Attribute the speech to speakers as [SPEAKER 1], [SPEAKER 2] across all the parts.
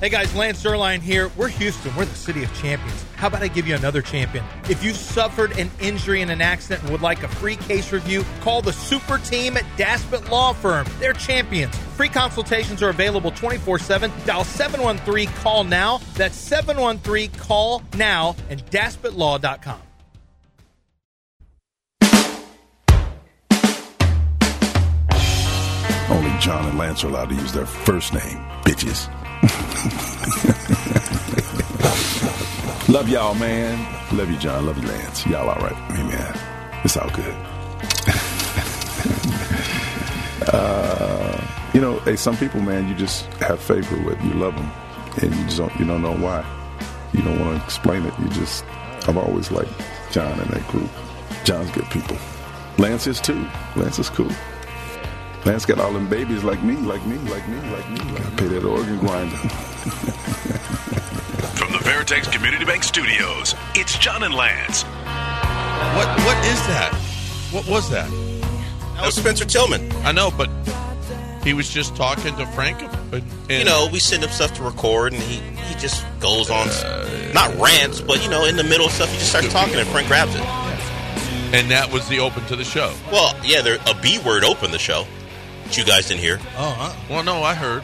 [SPEAKER 1] Hey guys, Lance Erline here. We're Houston. We're the city of champions. How about I give you another champion? If you've suffered an injury in an accident and would like a free case review, call the super team at Daspit Law Firm. They're champions. Free consultations are available 24 7. Dial 713 Call Now. That's 713 Call Now and DaspitLaw.com.
[SPEAKER 2] Only John and Lance are allowed to use their first name, bitches. Love y'all, man. Love you, John. Love you, Lance. Y'all all right? Hey, man. It's all good. uh, you know, hey, some people, man, you just have favor with. You love them, and you just don't, you don't know why. You don't want to explain it. You just, I've always liked John and that group. John's good people. Lance is too. Lance is cool. Lance got all them babies like me, like me, like me, like me. Like Gotta pay that organ grinder.
[SPEAKER 3] From the Veritex Community Bank Studios, it's John and Lance.
[SPEAKER 4] What what is that? What was that?
[SPEAKER 5] That was Oh, Spencer Tillman.
[SPEAKER 4] I know, but he was just talking to Frank. And, and-
[SPEAKER 5] You know, we send him stuff to record, and he, he just goes on, not rants, but you know, in the middle of stuff, he just starts talking, and Frank grabs it.
[SPEAKER 4] and that was the open to the show.
[SPEAKER 5] Well, yeah, there a B word opened the show, which you guys didn't hear.
[SPEAKER 4] Well, no, I heard.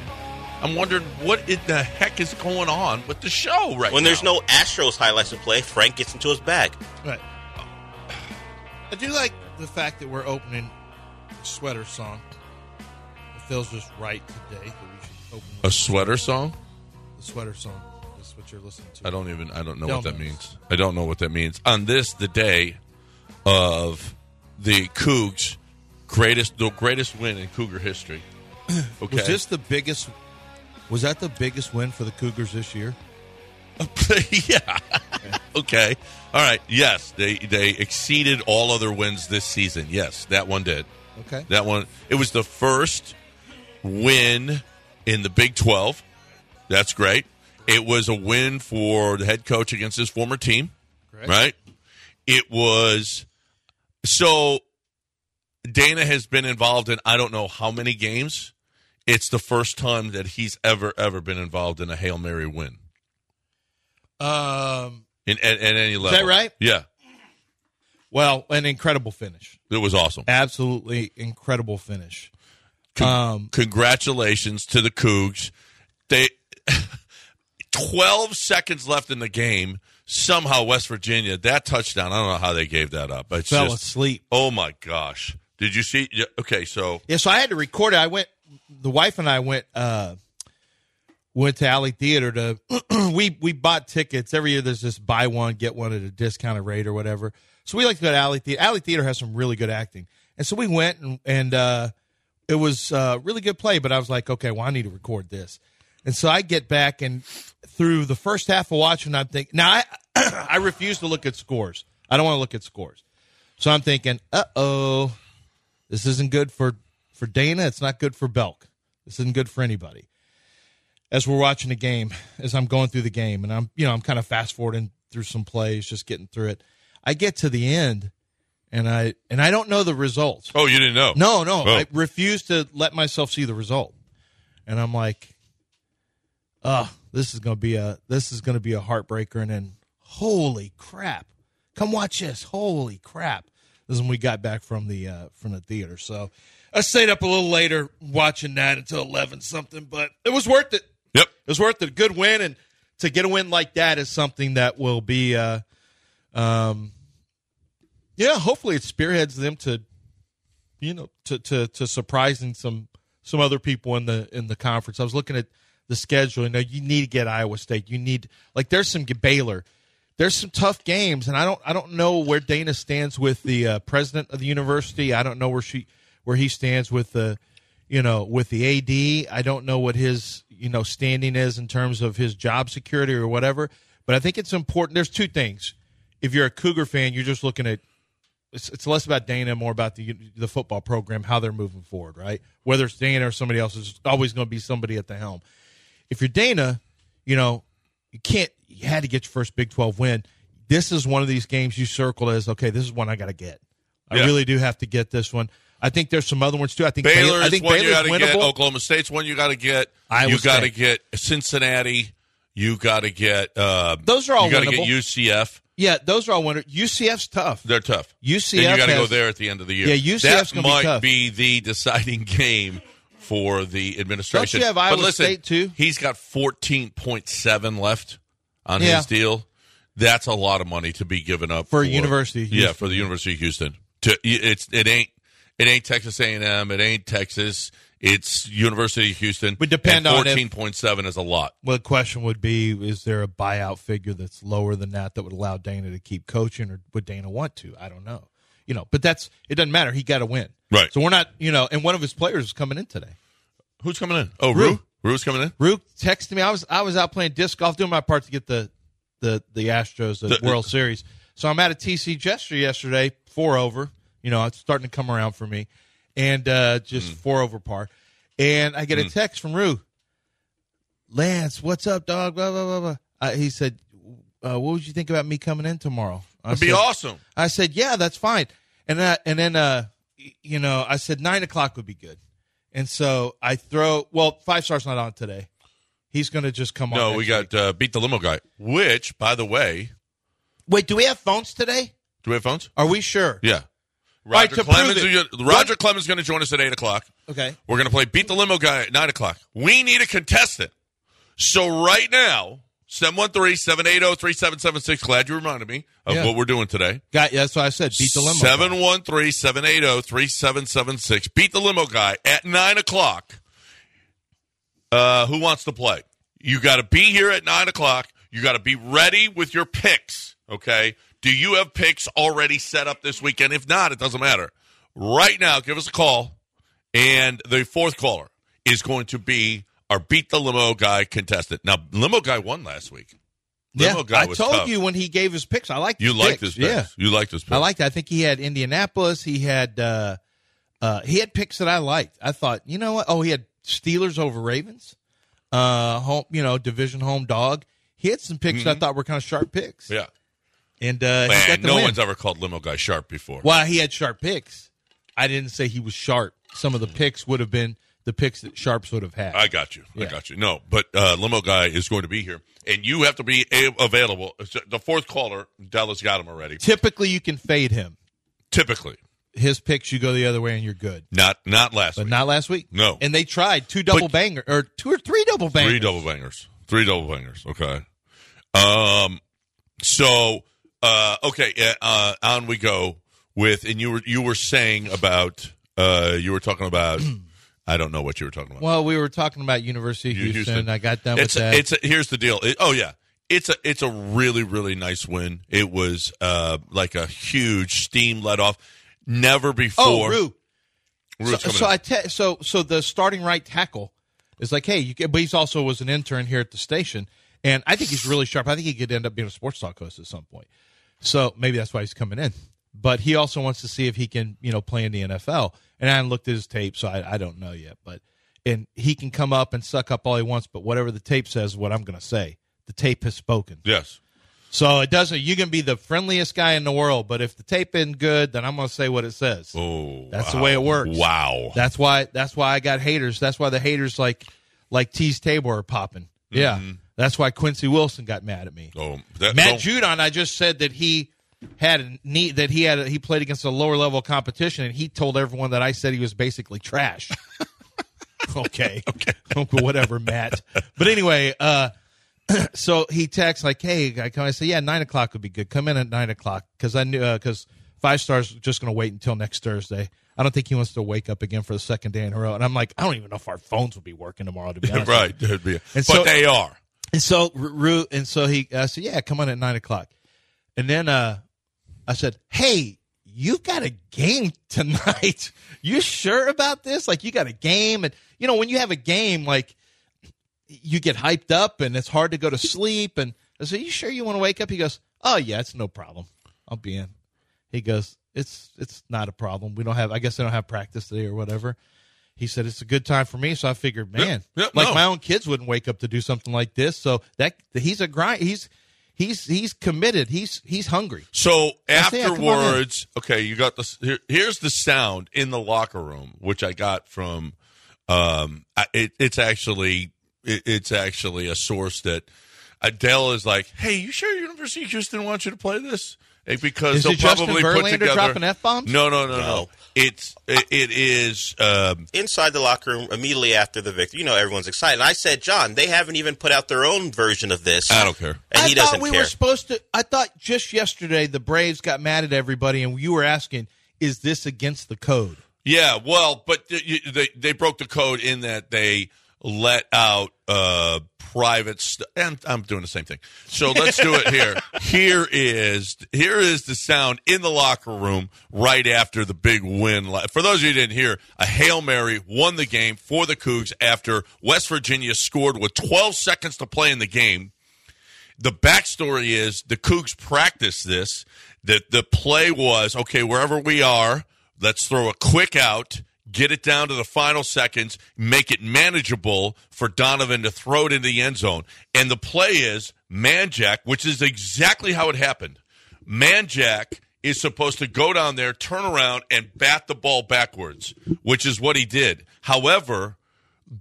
[SPEAKER 4] I'm wondering what in the heck is going on with the show right
[SPEAKER 5] When
[SPEAKER 4] now.
[SPEAKER 5] there's no Astros highlights to play, Frank gets into his bag.
[SPEAKER 6] Right. I do like the fact that we're opening the sweater song. It feels just right today that we should open
[SPEAKER 4] a
[SPEAKER 6] with
[SPEAKER 4] sweater song.
[SPEAKER 6] the sweater song. That's what you're listening to.
[SPEAKER 4] I don't even. I don't know what that
[SPEAKER 6] Dumbass.
[SPEAKER 4] means. I don't know what that means. On this, the day of the Cougs' greatest, the greatest win in Cougar history. Okay,
[SPEAKER 6] Was this the biggest? Was that the biggest win for the Cougars this year?
[SPEAKER 4] yeah. okay. All right. Yes, they they exceeded all other wins this season. Yes, that one did.
[SPEAKER 6] Okay.
[SPEAKER 4] That one. It was the first win in the Big Twelve. That's great. It was a win for the head coach against his former team.
[SPEAKER 6] Correct.
[SPEAKER 4] Right. It was so. Dana has been involved in I don't know how many games. It's the first time that he's ever ever been involved in a hail mary win
[SPEAKER 6] Um.
[SPEAKER 4] in at, at any level.
[SPEAKER 6] that right?
[SPEAKER 4] Yeah,
[SPEAKER 6] Well, an incredible finish.
[SPEAKER 4] it was awesome.
[SPEAKER 6] Absolutely incredible finish.
[SPEAKER 4] Con-
[SPEAKER 6] Um,
[SPEAKER 4] Congratulations to the Cougs. They twelve seconds left in the game. Somehow West Virginia that touchdown. I don't know how they gave that up. It's
[SPEAKER 6] Fell
[SPEAKER 4] just
[SPEAKER 6] asleep.
[SPEAKER 4] oh my gosh. Did you see? yeah, Okay, so
[SPEAKER 6] Yeah, so I had to record it. I went. The wife and I went. uh Went to Alley Theater to. we we bought tickets every year. There's this buy one get one at a discounted rate or whatever. So we like to go to Alley Theater. Alley Theater has some really good acting, and so we went and and uh, it was uh, really good play. But I was like, okay, well I need to record this, and so I get back and through the first half of watching, I'm thinking now I I refuse to look at scores. I don't want to look at scores, so I'm thinking, uh oh, this isn't good for for Dana. It's not good for Belk. This isn't good for anybody. As we're watching the game, as I'm going through the game, and I'm you know I'm kind of fast forwarding through some plays, just getting through it. I get to the end, and I and I don't know the results.
[SPEAKER 4] oh you didn't know?
[SPEAKER 6] No, no,
[SPEAKER 4] Oh.
[SPEAKER 6] I refuse to let myself see the result, and I'm like, oh, this is gonna be a this is gonna be a heartbreaker, and then holy crap, come watch this, holy crap. This is when we got back from the uh, from the theater, so I stayed up a little later watching that until eleven something, but it was worth it.
[SPEAKER 4] Yep.
[SPEAKER 6] It was worth it. A good win, and to get a win like that is something that will be, uh, um, yeah. Hopefully, it spearheads them to, you know, to to to surprising some some other people in the in the conference. I was looking at the schedule. You know, you need to get Iowa State. You need like there's some Baylor. There's some tough games, and I don't I don't know where Dana stands with the uh, president of the university. I don't know where she where he stands with the you know, with the AD, I don't know what his, you know, standing is in terms of his job security or whatever, but I think it's important. There's two things. If you're a Cougar fan, you're just looking at it's, it's less about Dana, more about the the football program, how they're moving forward, right? Whether it's Dana or somebody else, there's always going to be somebody at the helm. If you're Dana, you know, you can't you had to get your first Big 12 win. This is one of these games you circled as okay, this is one I got to get. I
[SPEAKER 4] Yeah.
[SPEAKER 6] really do have to get this one. I think there's some other ones too. I think Bay-
[SPEAKER 4] Baylor
[SPEAKER 6] I
[SPEAKER 4] is
[SPEAKER 6] think
[SPEAKER 4] one you got
[SPEAKER 6] Baylor's
[SPEAKER 4] to get.
[SPEAKER 6] winnable.
[SPEAKER 4] Oklahoma State's one you got to get.
[SPEAKER 6] Iowa
[SPEAKER 4] you got to
[SPEAKER 6] State.
[SPEAKER 4] get Cincinnati. You got to get. Uh,
[SPEAKER 6] Those are all
[SPEAKER 4] You got to get
[SPEAKER 6] winnable.
[SPEAKER 4] UCF.
[SPEAKER 6] Yeah, those are all winners. UCF's tough.
[SPEAKER 4] They're tough.
[SPEAKER 6] UCF
[SPEAKER 4] Then you got to go
[SPEAKER 6] has-
[SPEAKER 4] there at the end of the year.
[SPEAKER 6] Yeah, UCF's
[SPEAKER 4] that
[SPEAKER 6] gonna be
[SPEAKER 4] might
[SPEAKER 6] tough.
[SPEAKER 4] be the deciding game for the administration.
[SPEAKER 6] Don't you have Iowa
[SPEAKER 4] but listen,
[SPEAKER 6] State, too?
[SPEAKER 4] He's got fourteen point seven left on
[SPEAKER 6] Yeah.
[SPEAKER 4] his deal. That's a lot of money to be given up
[SPEAKER 6] For a University of
[SPEAKER 4] Yeah,
[SPEAKER 6] Houston.
[SPEAKER 4] for the University of Houston. To it's it ain't it ain't Texas A and M. It ain't Texas. It's University of Houston.
[SPEAKER 6] Would depend on if-
[SPEAKER 4] fourteen point seven is a lot.
[SPEAKER 6] Well, the question would be: Is there a buyout figure that's lower than that that would allow Dana to keep coaching, or would Dana want to? I don't know. You know, but that's it. Doesn't matter. He got to win,
[SPEAKER 4] Right.
[SPEAKER 6] So we're not, you know. And one of his players is coming in today.
[SPEAKER 4] Who's coming in? Oh, Rue.
[SPEAKER 6] Rue.
[SPEAKER 4] Rue's coming in.
[SPEAKER 6] Rook texted me. I was I was out playing disc golf, doing my part to get the the the Astros the
[SPEAKER 4] The-
[SPEAKER 6] World Series. So I'm at a TC gesture yesterday, four over. You know, it's starting to come around for me, and uh just four over par. And I get a text from Rue. Lance, what's up, dog? Blah blah blah blah. Uh, he said, uh, "What would you think about me coming in tomorrow?" I
[SPEAKER 4] That'd be
[SPEAKER 6] said,
[SPEAKER 4] awesome.
[SPEAKER 6] I said, "Yeah, that's fine." And uh, and then uh, y- you know, I said nine o'clock would be good. And so I throw. Well, five stars not on today. He's going to just come on.
[SPEAKER 4] No, we
[SPEAKER 6] next week.
[SPEAKER 4] got uh, beat the limo guy. Which, by the way,
[SPEAKER 6] Wait, do we have phones today?
[SPEAKER 4] do we have phones?
[SPEAKER 6] Are we sure?
[SPEAKER 4] Yeah.
[SPEAKER 6] Right,
[SPEAKER 4] Roger
[SPEAKER 6] to prove
[SPEAKER 4] Clemens.
[SPEAKER 6] it.
[SPEAKER 4] is- Roger Clemens is going to join us at eight o'clock.
[SPEAKER 6] Okay.
[SPEAKER 4] We're going to play Beat the Limo Guy at 9 o'clock. We need a contestant. So right now, 713-780-3776. Glad you reminded me of
[SPEAKER 6] Yeah.
[SPEAKER 4] what we're doing today.
[SPEAKER 6] Got yeah, that's what I said. Beat the limo.
[SPEAKER 4] oh, 713-780-3776. Beat the Limo Guy at 9 o'clock. Uh, who wants to play? You got to be here at 9 o'clock. You got to be ready with your picks, okay? Do you have picks already set up this weekend? If not, it doesn't matter. Right now, give us a call. And the fourth caller is going to be our Beat the Limo Guy contestant. Now, Limo Guy won last week.
[SPEAKER 6] yeah,
[SPEAKER 4] Limo Guy
[SPEAKER 6] I
[SPEAKER 4] was
[SPEAKER 6] told
[SPEAKER 4] tough.
[SPEAKER 6] you when he gave his picks. I like
[SPEAKER 4] You like this pick.
[SPEAKER 6] Yeah,
[SPEAKER 4] You like this pick.
[SPEAKER 6] I liked it. I think he had Indianapolis. He had uh, uh, he had picks that I liked. I thought, you know what? Oh, he had Steelers over Ravens. Uh, home, you know, division home dog. He had some picks that I thought were kind of sharp picks.
[SPEAKER 4] Mm-hmm. Yeah.
[SPEAKER 6] And uh, he got
[SPEAKER 4] Man,
[SPEAKER 6] the
[SPEAKER 4] no
[SPEAKER 6] win.
[SPEAKER 4] one's ever called Limo Guy sharp before.
[SPEAKER 6] Well, he had sharp picks. I didn't say he was sharp. Some of the picks would have been the picks that sharps would have had.
[SPEAKER 4] Mm-hmm. I got you. I
[SPEAKER 6] Yeah.
[SPEAKER 4] got you. No, but uh, limo guy is going to be here, and you have to be a- available. So The fourth caller, Dallas got him already.
[SPEAKER 6] Typically, you can fade him.
[SPEAKER 4] Typically,
[SPEAKER 6] His picks, you go the other way and you're good.
[SPEAKER 4] not not last
[SPEAKER 6] But
[SPEAKER 4] week.
[SPEAKER 6] not last week.
[SPEAKER 4] No.
[SPEAKER 6] And they tried two double
[SPEAKER 4] But-
[SPEAKER 6] banger or two or three double bangers.
[SPEAKER 4] Three double bangers. Three double bangers. Okay. Um. So, uh, okay. uh, Uh, on we go with, and you were you were saying about uh, you were talking about. I don't know what you were talking about.
[SPEAKER 6] Well, we were talking about University of
[SPEAKER 4] You-
[SPEAKER 6] Houston.
[SPEAKER 4] Houston.
[SPEAKER 6] I got done
[SPEAKER 4] it's
[SPEAKER 6] with
[SPEAKER 4] a,
[SPEAKER 6] that.
[SPEAKER 4] it's a, here's the deal. It- oh yeah, it's a it's a really really nice win. It was uh like a huge steam let off. Never before.
[SPEAKER 6] oh, Rue.
[SPEAKER 4] Rue's
[SPEAKER 6] So,
[SPEAKER 4] coming
[SPEAKER 6] so
[SPEAKER 4] in.
[SPEAKER 6] I te- so so the starting right tackle is like, hey, you can, but he's also was an intern here at the station, and I think he's really sharp. I think he could end up being a sports talk host at some point. So maybe that's why he's coming in. But he also wants to see if he can, you know, play in the NFL. And I haven't looked at his tape, so I, I don't know yet. But and he can come up and suck up all he wants, but whatever the tape says, is what I'm going to say. The tape has spoken.
[SPEAKER 4] yes.
[SPEAKER 6] So it doesn't. You can be the friendliest guy in the world, but if the tape isn't good, then I'm going to say what it says.
[SPEAKER 4] Oh,
[SPEAKER 6] That's the
[SPEAKER 4] wow.
[SPEAKER 6] way it works.
[SPEAKER 4] Wow.
[SPEAKER 6] That's why. That's why I got haters. That's why the haters like like T's Tabor are popping. Yeah. That's why Quincy Wilson got mad at me.
[SPEAKER 4] oh, that, don't-
[SPEAKER 6] Matt Judon, I just said that he had a knee that he had a, he played against a lower level competition, and he told everyone that I said he was basically trash. okay. Okay. Whatever, Matt. But anyway, uh, so he texts like, "Hey, I come." I say, "Yeah, nine o'clock would be good. Come in at nine o'clock because I knew because five stars just going to wait until next Thursday. I don't think he wants to wake up again for the second day in a row." And I'm like, "I don't even know if our phones will be working tomorrow." To be honest,
[SPEAKER 4] right. that'd be- but
[SPEAKER 6] so-
[SPEAKER 4] they are.
[SPEAKER 6] and so Rue, and so he, I said, yeah, come on at nine o'clock. And then uh, I said, hey, you've got a game tonight. you sure about this? Like, you got a game, and you know when you have a game, like you get hyped up, and it's hard to go to sleep. And I said, you sure you want to wake up? He goes, oh yeah, it's no problem. I'll be in. He goes, it's it's not a problem. We don't have, I guess they don't have practice today or whatever. He said it's a good time for me, so I figured, man,
[SPEAKER 4] yep,
[SPEAKER 6] like
[SPEAKER 4] no.
[SPEAKER 6] my own kids wouldn't wake up to do something like this. So that he's a grind. He's
[SPEAKER 1] He's he's committed. He's he's hungry.
[SPEAKER 4] So
[SPEAKER 1] That's it, come on in.
[SPEAKER 4] afterwards, okay, you got this. Here, here's the sound in the locker room, which I got from. Um, I- it, it's actually it, it's actually a source that Adele is like, hey, you sure University of Houston wants you to play this? Eh, Because
[SPEAKER 1] Is
[SPEAKER 4] they'll
[SPEAKER 1] it Justin
[SPEAKER 4] probably put
[SPEAKER 1] Verlander
[SPEAKER 4] together
[SPEAKER 1] dropping F-bombs?
[SPEAKER 4] No, no, no, no.
[SPEAKER 5] No.
[SPEAKER 4] It's it, it is. Um,
[SPEAKER 5] inside the locker room immediately after the victory. You know, everyone's excited. And I said, John, they haven't even put out their own version of this.
[SPEAKER 4] I don't care.
[SPEAKER 5] And
[SPEAKER 1] I
[SPEAKER 5] he
[SPEAKER 1] thought
[SPEAKER 5] doesn't
[SPEAKER 1] we
[SPEAKER 5] care.
[SPEAKER 1] were supposed to. I thought just yesterday the Braves got mad at everybody, and you were asking, "Is this against the code?"
[SPEAKER 4] Yeah, well, but th- you- they they broke the code in that they let out uh private st- and I'm doing the same thing. So let's do it here. Here is here is the sound in the locker room right after the big win. Li- For those of you who didn't hear, a Hail Mary won the game for the Cougs after West Virginia scored with 12 seconds to play in the game the backstory is the Cougs practiced this. That the play was okay, wherever we are, let's throw a quick out, get it down to the final seconds, make it manageable for Donovan to throw it into the end zone. And the play is Manjack, which is exactly how it happened. Manjack is supposed to go down there, turn around, and bat the ball backwards, which is what he did. However,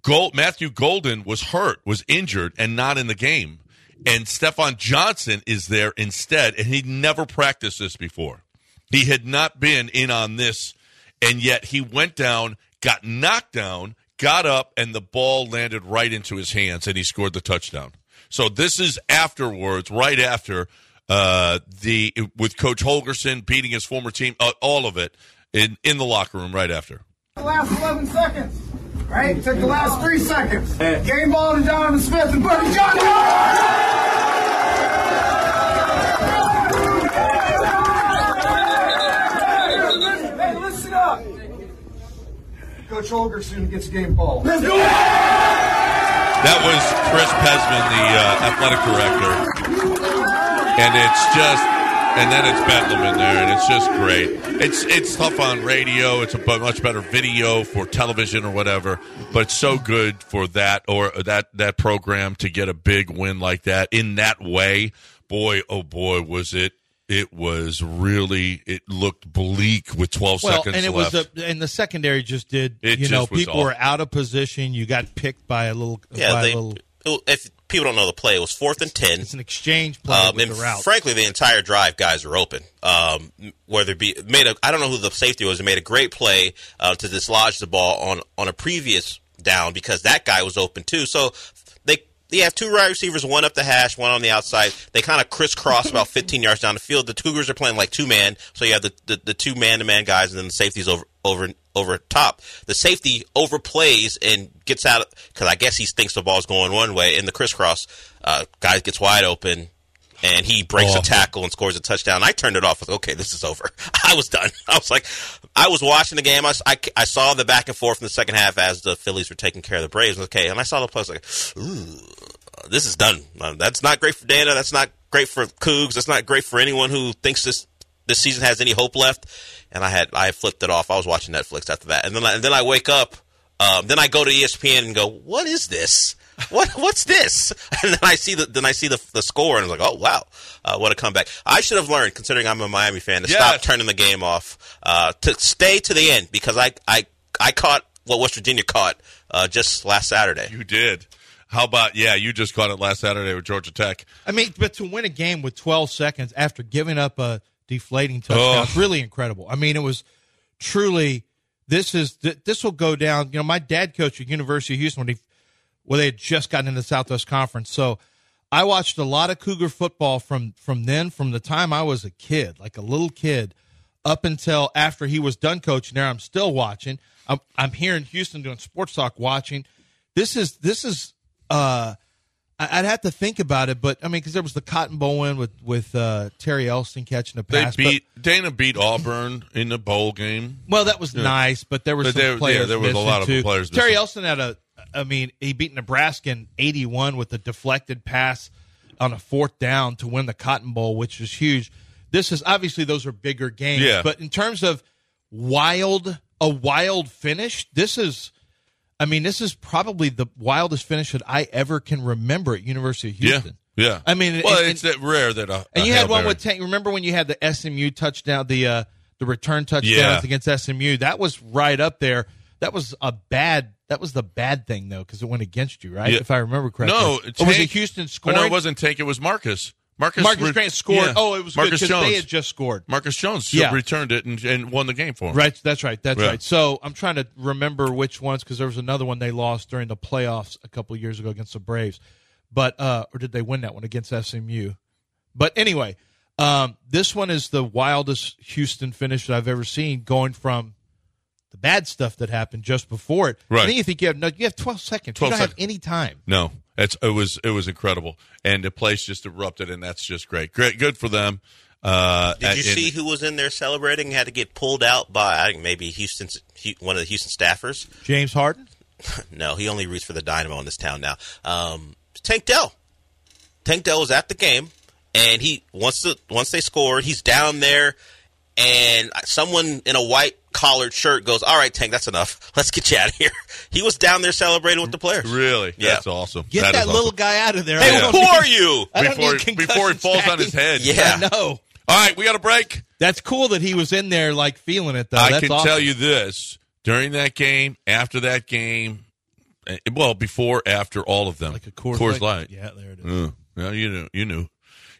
[SPEAKER 4] Gold, Matthew Golden was hurt, was injured, and not in the game. And Stefan Johnson is there instead, and he never practiced this before. He had not been in on this, and yet he went down, got knocked down, got up, and the ball landed right into his hands, and he scored the touchdown. So this is afterwards, right after uh, the with Coach Holgerson beating his former team, uh, all of it in in the locker room right after.
[SPEAKER 7] the last 11 seconds, right? Took the last three seconds. Game ball to Donovan Smith and Buddy Johnson. Hey, listen up. Coach Holgerson gets game ball. Let's do it!
[SPEAKER 4] That was Chris Pesman, the uh, athletic director, uh, and it's just, and then it's Bedlam in there, and it's just great. It's it's tough on radio. It's a bu- much better video for television or whatever, but it's so good for that or that that program to get a big win like that in that way. Boy, oh boy, was it! It was really. It looked bleak with twelve
[SPEAKER 1] Well,
[SPEAKER 4] seconds
[SPEAKER 1] and it
[SPEAKER 4] left.
[SPEAKER 1] was a, and the secondary just did.
[SPEAKER 4] It
[SPEAKER 1] you know,
[SPEAKER 4] just was
[SPEAKER 1] people
[SPEAKER 4] awful.
[SPEAKER 1] were out of position. You got picked by a little.
[SPEAKER 5] yeah,
[SPEAKER 1] by
[SPEAKER 5] they,
[SPEAKER 1] a little,
[SPEAKER 5] if people don't know the play, it was fourth and ten.
[SPEAKER 1] it's an exchange play
[SPEAKER 5] Um,
[SPEAKER 1] with
[SPEAKER 5] and
[SPEAKER 1] the route.
[SPEAKER 5] frankly, the entire drive, guys are open. Um, whether it be made a, I don't know who the safety was, made a great play uh, to dislodge the ball on on a previous down because that guy was open too. So they they have two wide receivers, one up the hash, one on the outside. They kind of crisscross about 15 yards down the field. The Cougars are playing like two man, so you have the the, the two man to man guys, and then the safeties over over over top. The safety overplays and gets out because I guess he thinks the ball's going one way. In the crisscross, uh, guy gets wide open and he breaks a tackle and scores a touchdown. I turned it off. I was like, okay, this is over. I was done. I was like, I was watching the game. I, s- I c- I saw the back and forth in the second half as the Phillies were taking care of the Braves. Okay, and I saw the play. I was like, ooh, this is done. Um, That's not great for Dana. That's not great for Cougs. That's not great for anyone who thinks this this season has any hope left. And I had I flipped it off. I was watching Netflix after that, and then I, and then I wake up. Um, then I go to ESPN and go, "What is this? What what's this?" And then I see the then I see the, the score and I'm like, "Oh wow, uh, what a comeback!" I should have learned, considering I'm a Miami fan, to stop
[SPEAKER 4] Yes.
[SPEAKER 5] turning the game off, uh, to stay to the end because I I I caught what West Virginia caught uh, just last Saturday.
[SPEAKER 4] you did. How about yeah? You just caught it last Saturday with Georgia Tech.
[SPEAKER 1] I mean, but to win a game with 12 seconds after giving up a deflating touchdown,
[SPEAKER 4] Oh.
[SPEAKER 1] it's really incredible. I mean, it was truly this is th- this will go down. You know, my dad coached at University of Houston when he well they had just gotten into the Southwest Conference, so I watched a lot of Cougar football from from then, from the time I was a kid, like a little kid, up until after he was done coaching there. I'm still watching. I'm I'm here in Houston doing sports talk, watching. This is this is uh I- I'd have to think about it, but I mean, because there was the Cotton Bowl win with with uh, Terry Elston catching a
[SPEAKER 4] They
[SPEAKER 1] pass. but-
[SPEAKER 4] beat Dana beat Auburn in the bowl game.
[SPEAKER 1] well, that was nice, but there were
[SPEAKER 4] But
[SPEAKER 1] some
[SPEAKER 4] there- yeah,
[SPEAKER 1] players.
[SPEAKER 4] there was a
[SPEAKER 1] missing,
[SPEAKER 4] lot of
[SPEAKER 1] too.
[SPEAKER 4] players
[SPEAKER 1] Terry
[SPEAKER 4] missing.
[SPEAKER 1] Elson had a. I mean, he beat Nebraska in '81 with a deflected pass on a fourth down to win the Cotton Bowl, which was huge. This is obviously those are bigger games,
[SPEAKER 4] Yeah.
[SPEAKER 1] but in terms of wild, a wild finish, this is. I mean, this is probably the wildest finish that I ever can remember at University of
[SPEAKER 4] Yeah,
[SPEAKER 1] Houston.
[SPEAKER 4] Yeah.
[SPEAKER 1] I mean,
[SPEAKER 4] well,
[SPEAKER 1] and-
[SPEAKER 4] it's that rare that a,
[SPEAKER 1] And
[SPEAKER 4] a
[SPEAKER 1] you had
[SPEAKER 4] Hail
[SPEAKER 1] one
[SPEAKER 4] Mary-
[SPEAKER 1] with Tank. Remember when you had the SMU touchdown, the uh, the return touchdowns
[SPEAKER 4] Yeah.
[SPEAKER 1] against SMU? That was right up there. That was a bad. That was the bad thing though, because it went against you, right?
[SPEAKER 4] Yeah.
[SPEAKER 1] If I remember correctly.
[SPEAKER 4] No,
[SPEAKER 1] Or was it
[SPEAKER 4] Tank-
[SPEAKER 1] Houston
[SPEAKER 4] Oh,
[SPEAKER 1] scoring?
[SPEAKER 4] no, it wasn't Tank. It was Marcus. Marcus,
[SPEAKER 1] Marcus
[SPEAKER 4] re-
[SPEAKER 1] Grant scored.
[SPEAKER 4] yeah.
[SPEAKER 1] Oh, it was
[SPEAKER 4] Marcus
[SPEAKER 1] good because
[SPEAKER 4] Jones.
[SPEAKER 1] they had just scored.
[SPEAKER 4] Marcus Jones
[SPEAKER 1] Yeah.
[SPEAKER 4] returned it and, and won the game for him.
[SPEAKER 1] Right, that's right, that's
[SPEAKER 4] Yeah.
[SPEAKER 1] right. So I'm trying to remember which ones because there was another one they lost during the playoffs a couple years ago against the Braves, but uh, or did they win that one against SMU? But anyway, um, this one is the wildest Houston finish that I've ever seen, going from the bad stuff that happened just before it.
[SPEAKER 4] Right.
[SPEAKER 1] And then you think you have no, you have 12 seconds.
[SPEAKER 4] 12
[SPEAKER 1] you don't have
[SPEAKER 4] seconds.
[SPEAKER 1] any time.
[SPEAKER 4] No, it's it was it was incredible, and the place just erupted, and that's just great. Great, good for them. Uh,
[SPEAKER 5] Did you
[SPEAKER 4] and-
[SPEAKER 5] see who was in there celebrating? and Had to get pulled out by I think maybe Houston's Hu- one of the Houston staffers.
[SPEAKER 1] James Harden.
[SPEAKER 5] No, he only roots for the Dynamo in this town now. Um, Tank Dell. Tank Dell was at the game, and he once the once they scored, he's down there, and someone in a white collared shirt goes, "All right, Tank, that's enough. Let's get you out of here." He was down there celebrating with the players.
[SPEAKER 4] Really,
[SPEAKER 5] Yeah.
[SPEAKER 4] that's awesome.
[SPEAKER 1] Get that,
[SPEAKER 4] is awesome.
[SPEAKER 1] little guy out of there.
[SPEAKER 5] They
[SPEAKER 1] I
[SPEAKER 5] will
[SPEAKER 1] don't
[SPEAKER 5] pour
[SPEAKER 1] need-
[SPEAKER 5] you.
[SPEAKER 1] I don't
[SPEAKER 4] before
[SPEAKER 1] need concussions
[SPEAKER 4] before he falls on
[SPEAKER 1] back.
[SPEAKER 4] his head.
[SPEAKER 5] Yeah.
[SPEAKER 1] I know.
[SPEAKER 4] All right, we got a break.
[SPEAKER 1] That's cool that he was in there like feeling it though.
[SPEAKER 4] I
[SPEAKER 1] That's
[SPEAKER 4] can
[SPEAKER 1] awesome.
[SPEAKER 4] tell you this: during that game, after that game, eh, well, before, after all of them,
[SPEAKER 1] like a Coors,
[SPEAKER 4] Coors Light.
[SPEAKER 1] Yeah, there it is.
[SPEAKER 4] Mm. Yeah, you knew, you knew,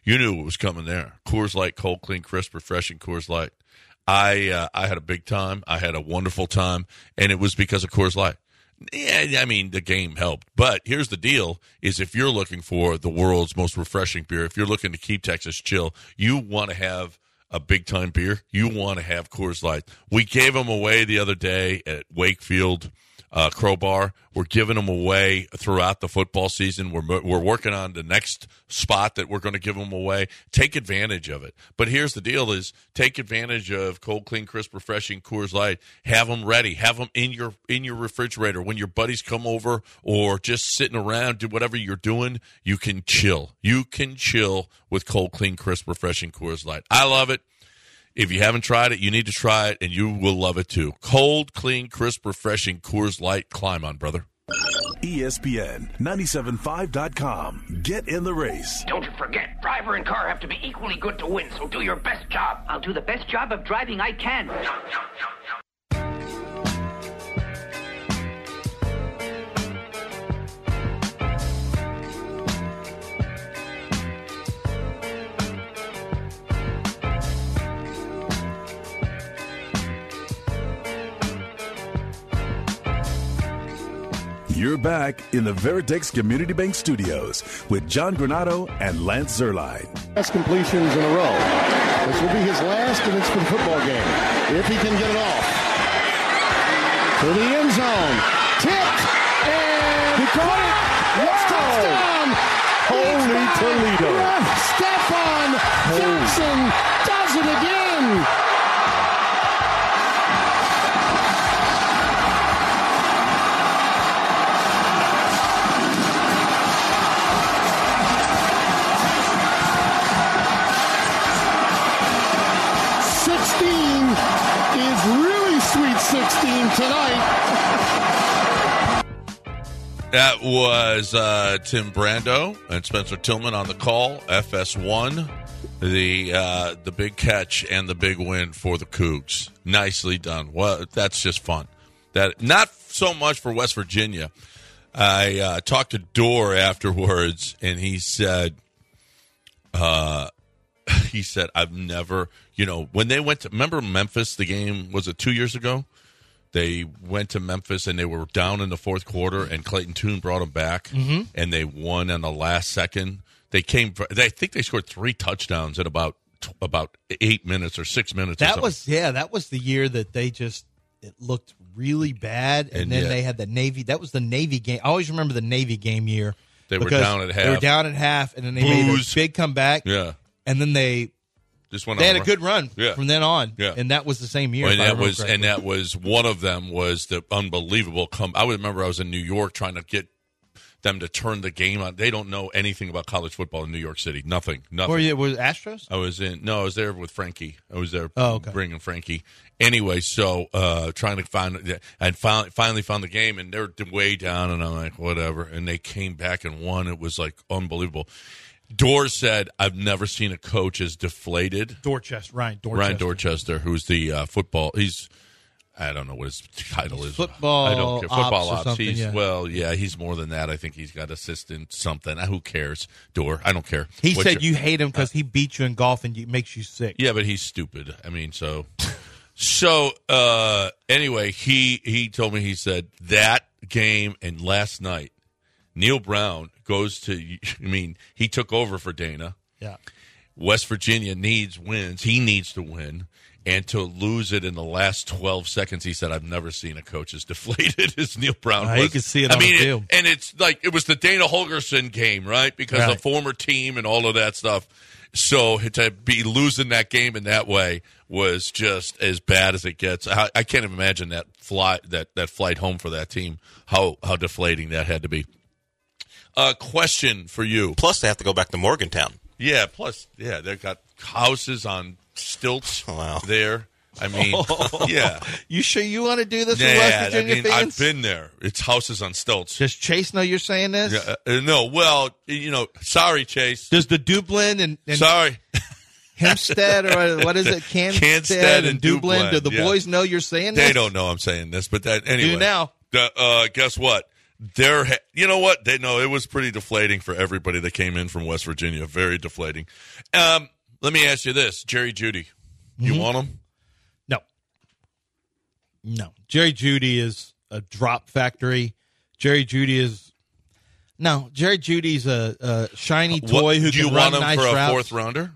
[SPEAKER 4] you knew what was coming there. Coors Light, cold, clean, crisp, refreshing Coors Light. I uh, I had a big time. I had a wonderful time, and it was because of Coors Light. Yeah, I mean the game helped, but here's the deal: is if you're looking for the world's most refreshing beer, if you're looking to keep Texas chill, you want to have a big time beer. You want to have Coors Light. We gave them away the other day at Wakefield uh, crowbar. We're giving them away throughout the football season. We're mo- we're working on the next spot that we're going to give them away. Take advantage of it. But here's the deal: is take advantage of cold, clean, crisp, refreshing Coors Light. Have them ready. Have them in your in your refrigerator when your buddies come over or just sitting around. Do whatever you're doing. You can chill. You can chill with cold, clean, crisp, refreshing Coors Light. I love it. If you haven't tried it, you need to try it, and you will love it too. Cold, clean, crisp, refreshing Coors Light. Climb on, brother.
[SPEAKER 2] ESPN 975.com. Get in the race.
[SPEAKER 8] Don't forget, driver and car have to be equally good to win, so do your best job. I'll do the best job of driving I can.
[SPEAKER 2] You're back in the Veritex Community Bank Studios with John Granado and Lance Zerline.
[SPEAKER 9] Best completions in a row. This will be his last, and it's for the football game. If he can get it off. To the end zone. Tipped. And he caught it. Wow. Touchdown. Holy Toledo. Stefan Jackson does it again. Sixteen is really sweet. Sixteen tonight.
[SPEAKER 4] That was uh, Tim Brando and Spencer Tillman on the call. FS1, the uh, the big catch and the big win for the Cougs. Nicely done. Well, that's just fun. That not so much for West Virginia. I uh, talked to Dorr afterwards, and he said, uh, he said, I've never, you know, when they went to remember Memphis, the game was it two years ago? they went to Memphis and they were down in the fourth quarter, and Clayton Toon brought them back,
[SPEAKER 1] Mm-hmm.
[SPEAKER 4] and they won in the last second. They came. They, I think they scored three touchdowns in about t- about eight minutes or six minutes. or
[SPEAKER 1] That
[SPEAKER 4] something.
[SPEAKER 1] was yeah, that was the year that they just it looked really bad, and,
[SPEAKER 4] And
[SPEAKER 1] then
[SPEAKER 4] yet-
[SPEAKER 1] they had the Navy. That was the Navy game. I always remember the Navy game year.
[SPEAKER 4] They were
[SPEAKER 1] because
[SPEAKER 4] down at
[SPEAKER 1] They were
[SPEAKER 4] half.
[SPEAKER 1] down at half, and then they made
[SPEAKER 4] Booze.
[SPEAKER 1] a big comeback.
[SPEAKER 4] yeah.
[SPEAKER 1] and then they
[SPEAKER 4] Just went.
[SPEAKER 1] they
[SPEAKER 4] on
[SPEAKER 1] had a good run
[SPEAKER 4] Yeah.
[SPEAKER 1] from then on.
[SPEAKER 4] Yeah.
[SPEAKER 1] and that was the same year.
[SPEAKER 4] And
[SPEAKER 1] if I
[SPEAKER 4] that
[SPEAKER 1] remember
[SPEAKER 4] was and
[SPEAKER 1] correctly.
[SPEAKER 4] that was one of them was the unbelievable come. I would remember I was in New York trying to get them to turn the game on. They don't know anything about college football in New York City. Nothing. Nothing.
[SPEAKER 1] Or yeah, was it Astros?
[SPEAKER 4] I was in. No, I was there with Frankie. I was there.
[SPEAKER 1] Oh, okay.
[SPEAKER 4] Bringing Frankie. Anyway, so uh, trying to find and finally finally found the game, and they're way down, and I'm like, whatever. And they came back and won. It was like unbelievable. Doors said, "I've never seen a coach as deflated."
[SPEAKER 1] Dorchester, Ryan Dorchester.
[SPEAKER 4] Ryan Dorchester, who's the uh, football, he's I don't know what his title is.
[SPEAKER 1] football
[SPEAKER 4] I don't care. Football
[SPEAKER 1] ops or
[SPEAKER 4] ops.
[SPEAKER 1] something,
[SPEAKER 4] He's
[SPEAKER 1] yeah.
[SPEAKER 4] well, yeah, he's more than that. I think he's got assistant something. Who cares? Door. I don't care.
[SPEAKER 1] He
[SPEAKER 4] What
[SPEAKER 1] said
[SPEAKER 4] your-
[SPEAKER 1] you hate him because he beat you in golf and you, makes you sick.
[SPEAKER 4] Yeah, but he's stupid. I mean, so so uh anyway, he he told me he said that game and last night Neil Brown goes to I mean, he took over for Dana.
[SPEAKER 1] Yeah.
[SPEAKER 4] West Virginia needs wins. He needs to win. And to lose it in the last 12 seconds, he said, I've never seen a coach as deflated as Neil Brown
[SPEAKER 1] Uh,
[SPEAKER 4] was.
[SPEAKER 1] you could see it
[SPEAKER 4] I
[SPEAKER 1] on the
[SPEAKER 4] mean,
[SPEAKER 1] field.
[SPEAKER 4] and it's like, it was the Dana Holgerson game, right? Because
[SPEAKER 1] Right.
[SPEAKER 4] a former team and all of that stuff. So to be losing that game in that way was just as bad as it gets. I, I can't even imagine that flight, that, that flight home for that team, how, how deflating that had to be. Uh, question for you.
[SPEAKER 5] Plus, they have to go back to Morgantown.
[SPEAKER 4] Yeah, plus, yeah, they've got houses on stilts
[SPEAKER 5] Wow.
[SPEAKER 4] there. I mean, yeah.
[SPEAKER 1] You sure you want to do this with
[SPEAKER 4] Yeah,
[SPEAKER 1] West
[SPEAKER 4] I
[SPEAKER 1] Virginia
[SPEAKER 4] mean,
[SPEAKER 1] fans?
[SPEAKER 4] I've been there. It's houses on stilts.
[SPEAKER 1] Does Chase know you're saying this?
[SPEAKER 4] Yeah, uh, uh, no, well, you know, sorry, Chase.
[SPEAKER 1] Does the Dublin and, and
[SPEAKER 4] Sorry.
[SPEAKER 1] Hempstead or what is it, Canstead,
[SPEAKER 4] Canstead
[SPEAKER 1] and
[SPEAKER 4] and
[SPEAKER 1] Dublin?
[SPEAKER 4] Dublin,
[SPEAKER 1] Do the
[SPEAKER 4] yeah.
[SPEAKER 1] boys know you're saying this?
[SPEAKER 4] They don't know I'm saying this, but that anyway.
[SPEAKER 1] now.
[SPEAKER 4] The, uh, guess what? They're ha- you know what they know. It was pretty deflating for everybody that came in from West Virginia. Very deflating. Um, let me ask you this, Jerry Judy, you
[SPEAKER 1] Mm-hmm.
[SPEAKER 4] want him?
[SPEAKER 1] No. No. Jerry Judy is a drop factory. Jerry Judy is no. Jerry Judy's a, a shiny toy
[SPEAKER 4] What-
[SPEAKER 1] who
[SPEAKER 4] do
[SPEAKER 1] can
[SPEAKER 4] you
[SPEAKER 1] run
[SPEAKER 4] want him
[SPEAKER 1] nice
[SPEAKER 4] for a
[SPEAKER 1] routes.
[SPEAKER 4] fourth rounder?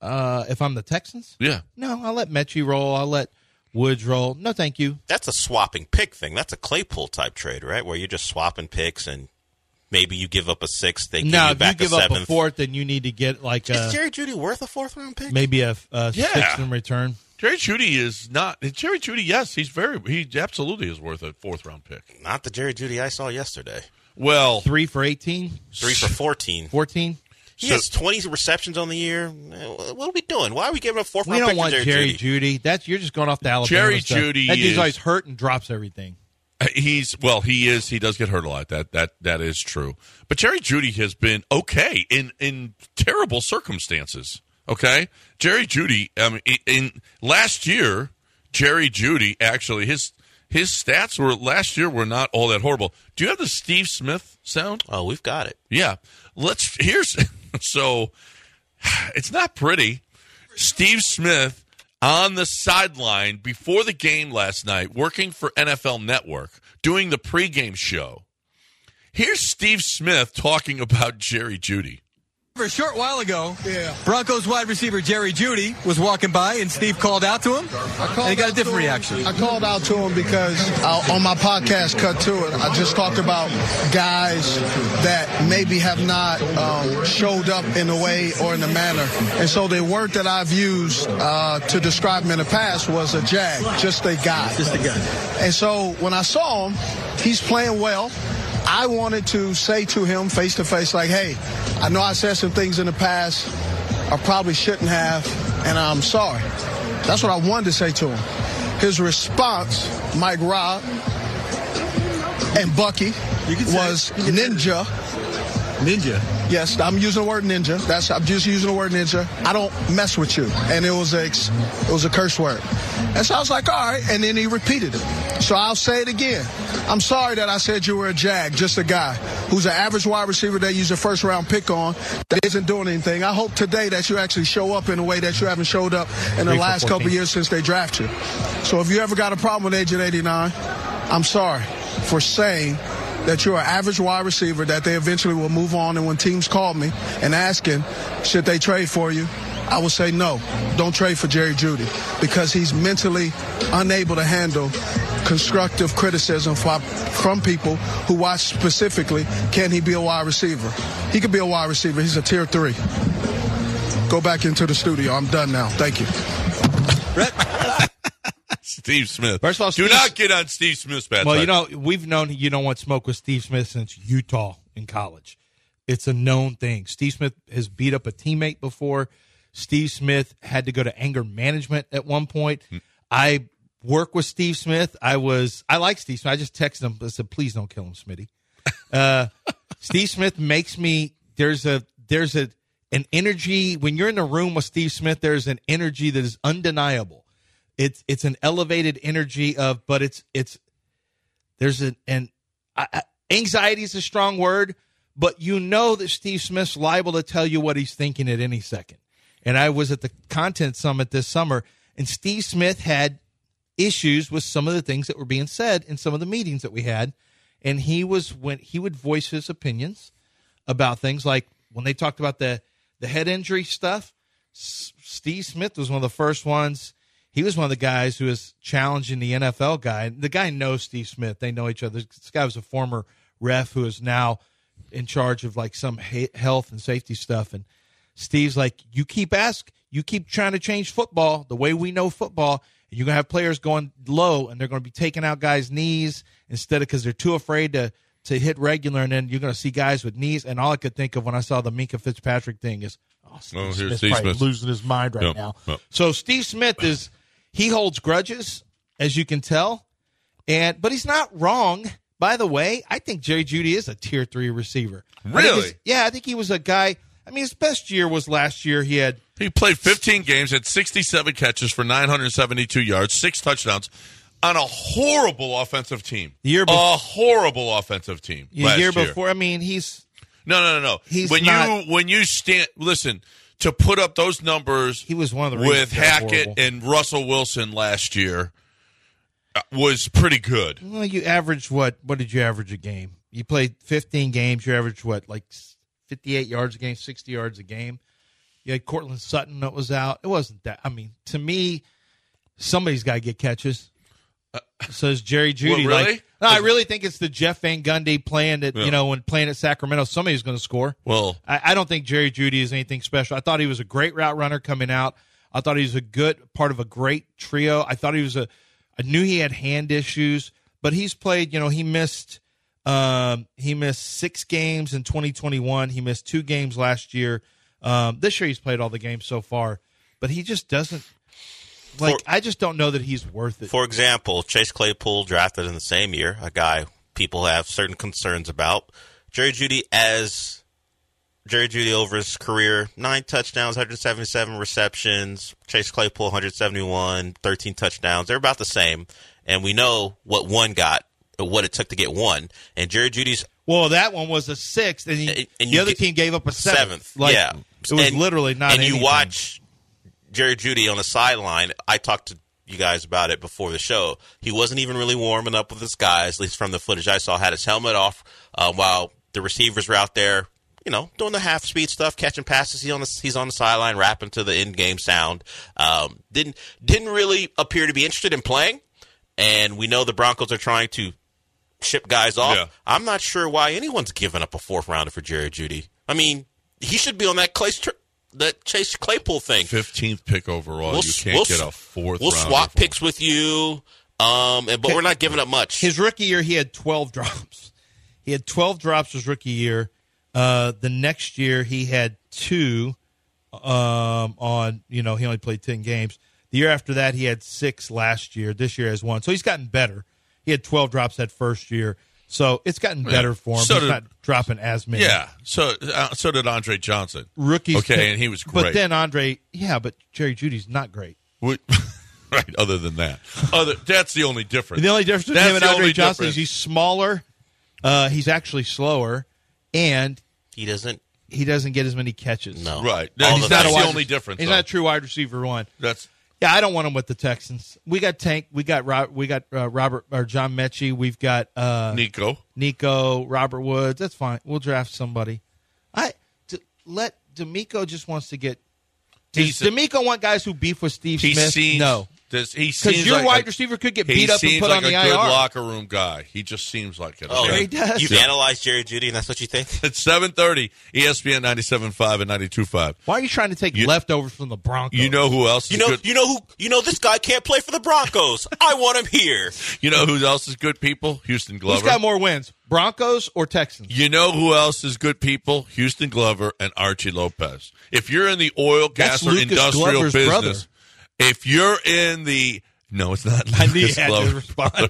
[SPEAKER 1] Uh, if I'm the Texans,
[SPEAKER 4] Yeah.
[SPEAKER 1] no, I'll let Mechie roll. I'll let Woods roll. No, thank you.
[SPEAKER 5] That's a swapping pick thing. That's a Claypool type trade, right? Where you're just swapping picks and maybe you give up a sixth, they give
[SPEAKER 1] no, if
[SPEAKER 5] you
[SPEAKER 1] you
[SPEAKER 5] back
[SPEAKER 1] give
[SPEAKER 5] a
[SPEAKER 1] up
[SPEAKER 5] seventh.
[SPEAKER 1] a fourth, uh, then you need to get like
[SPEAKER 5] Is
[SPEAKER 1] a,
[SPEAKER 5] Jerry Judy worth a fourth round pick?
[SPEAKER 1] maybe a, a
[SPEAKER 4] Yeah.
[SPEAKER 1] sixth in return.
[SPEAKER 4] Jerry Judy is not Jerry Judy. Yes, he's very. He absolutely is worth a fourth round pick.
[SPEAKER 5] Not the Jerry Judy I saw yesterday.
[SPEAKER 4] Well,
[SPEAKER 1] Three for 18,
[SPEAKER 5] Three for 14.
[SPEAKER 1] 14.
[SPEAKER 5] He has 20 receptions on the year. What are we doing? Why are we giving up fourth
[SPEAKER 1] We
[SPEAKER 5] round
[SPEAKER 1] don't
[SPEAKER 5] pick
[SPEAKER 1] want
[SPEAKER 5] to
[SPEAKER 1] Jerry,
[SPEAKER 5] Jerry,
[SPEAKER 1] Judy. That's you're just going off the Alabama.
[SPEAKER 4] Jerry
[SPEAKER 1] stuff.
[SPEAKER 4] Jeudy
[SPEAKER 1] That dude's
[SPEAKER 4] is-
[SPEAKER 1] always hurt and drops everything.
[SPEAKER 4] he's well. He is. He does get hurt a lot. That that that is true. But Jerry Judy has been okay in in terrible circumstances. Okay, Jerry Judy. I mean, in, in last year, Jerry Judy actually his his stats were last year were not all that horrible. Do you have the Steve Smith sound?
[SPEAKER 5] Oh, we've got it.
[SPEAKER 4] Yeah. Let's here's so it's not pretty. Steve Smith on the sideline before the game last night, working for NFL Network, doing the pregame show. Here's Steve Smith talking about Jerry Judy.
[SPEAKER 10] A short while ago, Broncos wide receiver Jerry Judy was walking by, and Steve called out to him, and he got a different reaction.
[SPEAKER 6] I called out to him because uh, on my podcast, Cut to It, I just talked about guys that maybe have not um, showed up in a way or in a manner. And so the word that I've used uh, to describe him in the past was a jag, just a guy. Just a guy. And so when I saw him, he's playing well. I wanted to say to him face to face, like, hey, I know I said some things in the past I probably shouldn't have, and I'm sorry. That's what I wanted to say to him. His response, Mike Robb and Bucky, was ninja.
[SPEAKER 10] Ninja.
[SPEAKER 6] Yes, I'm using the word ninja. That's I'm just using the word ninja. I don't mess with you, and it was a it was a curse word. And so I was like, all right. And then he repeated it. So I'll say it again. I'm sorry that I said you were a jag, just a guy who's an average wide receiver that you used a first round pick on that isn't doing anything. I hope today that you actually show up in a way that you haven't showed up in the
[SPEAKER 1] Three for
[SPEAKER 6] last couple
[SPEAKER 1] 14.
[SPEAKER 6] years since they draft you. So if you ever got a problem with Agent 89, I'm sorry for saying that you're an average wide receiver that they eventually will move on. And when teams call me and asking, should they trade for you? I will say no, don't trade for Jerry Judy because he's mentally unable to handle constructive criticism from, from people who watch specifically, can he be a wide receiver? He could be a wide receiver. He's a tier three. Go back into the studio. I'm done now. Thank you.
[SPEAKER 4] Steve Smith.
[SPEAKER 1] First of all,
[SPEAKER 4] do
[SPEAKER 1] Steve-
[SPEAKER 4] not get on Steve Smith's bad
[SPEAKER 1] Well,
[SPEAKER 4] side.
[SPEAKER 1] you know, we've known you don't want smoke with Steve Smith since Utah in college. It's a known thing. Steve Smith has beat up a teammate before. Steve Smith had to go to anger management at one point. I work with Steve Smith. I was I like Steve Smith. I just texted him. I said, "Please don't kill him, Smitty." Uh, Steve Smith makes me. There's a there's a an energy when you're in a room with Steve Smith. There's an energy that is undeniable. It's it's an elevated energy of, but it's it's there's an and I, I- anxiety is a strong word, but you know that Steve Smith's liable to tell you what he's thinking at any second. And I was at the content summit this summer, and Steve Smith had issues with some of the things that were being said in some of the meetings that we had. And he was when he would voice his opinions about things like when they talked about the the head injury stuff. S- Steve Smith was one of the first ones. He was one of the guys who was challenging the NFL guy. The guy knows Steve Smith. They know each other. This guy was a former ref who is now in charge of like some he- health and safety stuff. And Steve's like, you keep ask, you keep trying to change football the way we know football. And you're gonna have players going low, and they're gonna be taking out guys' knees instead of because they're too afraid to to hit regular. And then you're gonna see guys with knees. And all I could think of when I saw the Minka Fitzpatrick thing is, oh, Steve
[SPEAKER 4] here's
[SPEAKER 1] Smith's
[SPEAKER 4] Steve
[SPEAKER 1] probably
[SPEAKER 4] Smith.
[SPEAKER 1] losing his mind right
[SPEAKER 4] Yep,
[SPEAKER 1] now.
[SPEAKER 4] yep.
[SPEAKER 1] So Steve Smith is he holds grudges, as you can tell, and but he's not wrong. By the way, I think Jerry Judy is a tier three receiver. I think
[SPEAKER 4] Really?
[SPEAKER 1] he's- yeah, I think he was a guy. I mean, his best year was last year. He had
[SPEAKER 4] He played 15 games, had 67 catches for 972 yards, six touchdowns on a horrible offensive team.
[SPEAKER 1] The year bef-
[SPEAKER 4] a horrible offensive team.
[SPEAKER 1] the
[SPEAKER 4] last
[SPEAKER 1] year before. I mean, he's
[SPEAKER 4] No, no, no, no.
[SPEAKER 1] He's
[SPEAKER 4] when
[SPEAKER 1] not-
[SPEAKER 4] you when you stand listen to put up those numbers
[SPEAKER 1] he was one of the reasons
[SPEAKER 4] with
[SPEAKER 1] they're
[SPEAKER 4] Hackett
[SPEAKER 1] horrible.
[SPEAKER 4] and Russell Wilson last year uh, was pretty good.
[SPEAKER 1] Well, you averaged what? What did you average a game? You played 15 games. You averaged what? Like s- 58 yards a game, 60 yards a game. You had Cortland Sutton that was out. It wasn't that. I mean, to me, somebody's got to get catches. So is Jerry Judy.
[SPEAKER 4] Uh, really?
[SPEAKER 1] Like, no, I really think it's the Jeff Van Gundy playing that,
[SPEAKER 4] Yeah.
[SPEAKER 1] you know, when playing at Sacramento, somebody's going to score.
[SPEAKER 4] Well,
[SPEAKER 1] I, I don't think Jerry Judy is anything special. I thought he was a great route runner coming out. I thought he was a good part of a great trio. I thought he was a. I knew he had hand issues, but he's played. You know, he missed. Um, he missed six games in 2021. He missed two games last year. Um, this year he's played all the games so far, but he just doesn't. Like
[SPEAKER 5] For-
[SPEAKER 1] I just don't know that he's worth it.
[SPEAKER 5] For example, Chase Claypool drafted in the same year, a guy people have certain concerns about. Jerry Judy as Jerry Judy over his career, nine touchdowns, 177 receptions. Chase Claypool, 171, 13 touchdowns. They're about the same. And we know what one got, what it took to get one. And Jerry Judy's
[SPEAKER 1] well, that one was a sixth, and, he,
[SPEAKER 5] And
[SPEAKER 1] the
[SPEAKER 5] you
[SPEAKER 1] other
[SPEAKER 5] get-
[SPEAKER 1] team gave up a seventh. Like,
[SPEAKER 5] yeah,
[SPEAKER 1] it was
[SPEAKER 5] And-
[SPEAKER 1] literally not.
[SPEAKER 5] And
[SPEAKER 1] anything.
[SPEAKER 5] you watch Jerry Judy on the sideline. I talked to you guys about it before the show. He wasn't even really warming up with his guys, at least from the footage I saw. Had his helmet off uh, while the receivers were out there. You know, doing the half speed stuff, catching passes. He's on the he's on the sideline, rapping to the end game sound. Um, didn't didn't really appear to be interested in playing. And we know the Broncos are trying to ship guys off.
[SPEAKER 4] Yeah.
[SPEAKER 5] I'm not sure why anyone's giving up a fourth rounder for Jerry Judy. I mean, he should be on that Clay, that Chase Claypool thing.
[SPEAKER 4] 15th pick overall, you
[SPEAKER 5] s-
[SPEAKER 4] can't
[SPEAKER 5] we'll
[SPEAKER 4] get a
[SPEAKER 5] s-
[SPEAKER 4] fourth.
[SPEAKER 5] We'll
[SPEAKER 4] rounder
[SPEAKER 5] swap
[SPEAKER 4] for him.
[SPEAKER 5] picks with you, um, and, but we're not giving up much.
[SPEAKER 1] His rookie year, he had 12 drops. He had 12 drops his rookie year. Uh, the next year, he had two um, on, you know, he only played 10 games. The year after that, he had six last year. This year has one. So he's gotten better. He had 12 drops that first year. So it's gotten better for him.
[SPEAKER 4] So
[SPEAKER 1] he's
[SPEAKER 4] did-
[SPEAKER 1] not dropping as many.
[SPEAKER 4] Yeah. So uh, so did Andre Johnson.
[SPEAKER 1] Rookies.
[SPEAKER 4] Okay,
[SPEAKER 1] pick-
[SPEAKER 4] and he was
[SPEAKER 1] But
[SPEAKER 4] great.
[SPEAKER 1] then Andre, yeah, but Jerry Judy's not great.
[SPEAKER 4] We- right. Other than that, other that's the only difference.
[SPEAKER 1] The only difference between
[SPEAKER 4] That's
[SPEAKER 1] him and
[SPEAKER 4] the
[SPEAKER 1] Andre
[SPEAKER 4] only
[SPEAKER 1] Johnson is
[SPEAKER 4] difference.
[SPEAKER 1] he's smaller. Uh, he's actually slower, and
[SPEAKER 5] He doesn't.
[SPEAKER 1] he doesn't get as many catches.
[SPEAKER 5] No.
[SPEAKER 4] right.
[SPEAKER 5] All
[SPEAKER 4] No, he's
[SPEAKER 5] of
[SPEAKER 4] not
[SPEAKER 5] that.
[SPEAKER 4] the
[SPEAKER 1] wide
[SPEAKER 4] only
[SPEAKER 1] receiver.
[SPEAKER 4] difference.
[SPEAKER 1] He's
[SPEAKER 4] though.
[SPEAKER 1] not a true wide receiver one.
[SPEAKER 4] That's
[SPEAKER 1] Yeah, I don't want him with the Texans. We got Tank. We got Rob, we got uh, Robert or John Mechie. We've got uh,
[SPEAKER 4] Nico.
[SPEAKER 1] Nico, Robert Woods. That's fine. We'll draft somebody. I d- let D'Amico just wants to get. Does
[SPEAKER 4] He's-
[SPEAKER 1] D'Amico want guys who beef with Steve
[SPEAKER 4] He
[SPEAKER 1] Smith?
[SPEAKER 4] seems
[SPEAKER 1] no,
[SPEAKER 4] Does, he seems
[SPEAKER 1] because your
[SPEAKER 4] like
[SPEAKER 1] wide
[SPEAKER 4] a-
[SPEAKER 1] receiver could get
[SPEAKER 4] he
[SPEAKER 1] beat up
[SPEAKER 4] seems
[SPEAKER 1] and put
[SPEAKER 4] like
[SPEAKER 1] on
[SPEAKER 4] a
[SPEAKER 1] the
[SPEAKER 4] good
[SPEAKER 1] IR.
[SPEAKER 4] locker room guy. He just seems like it.
[SPEAKER 5] Oh,
[SPEAKER 1] He does.
[SPEAKER 5] You've analyzed Jerry Judy, and that's what you think.
[SPEAKER 4] It's seven thirty. E ESPN 97.5 and 92.5.
[SPEAKER 1] Why are you trying to take
[SPEAKER 4] You-
[SPEAKER 1] leftovers from the Broncos?
[SPEAKER 4] You know who else? Is
[SPEAKER 5] You know,
[SPEAKER 4] good?
[SPEAKER 5] you know who, you know this guy can't play for the Broncos. I want him here.
[SPEAKER 4] You know who else is good people? Houston Glover.
[SPEAKER 1] who's got more wins, Broncos or Texans?
[SPEAKER 4] You know who else is good people? Houston Glover and Archie Lopez. If you're in the oil, gas,
[SPEAKER 1] That's
[SPEAKER 4] or
[SPEAKER 1] Lucas
[SPEAKER 4] industrial
[SPEAKER 1] Glover's
[SPEAKER 4] business,
[SPEAKER 1] brother.
[SPEAKER 4] if you're in the no, it's not.
[SPEAKER 1] I knew you
[SPEAKER 4] Lucas
[SPEAKER 1] had to
[SPEAKER 4] Glover's
[SPEAKER 1] respond.
[SPEAKER 4] brother.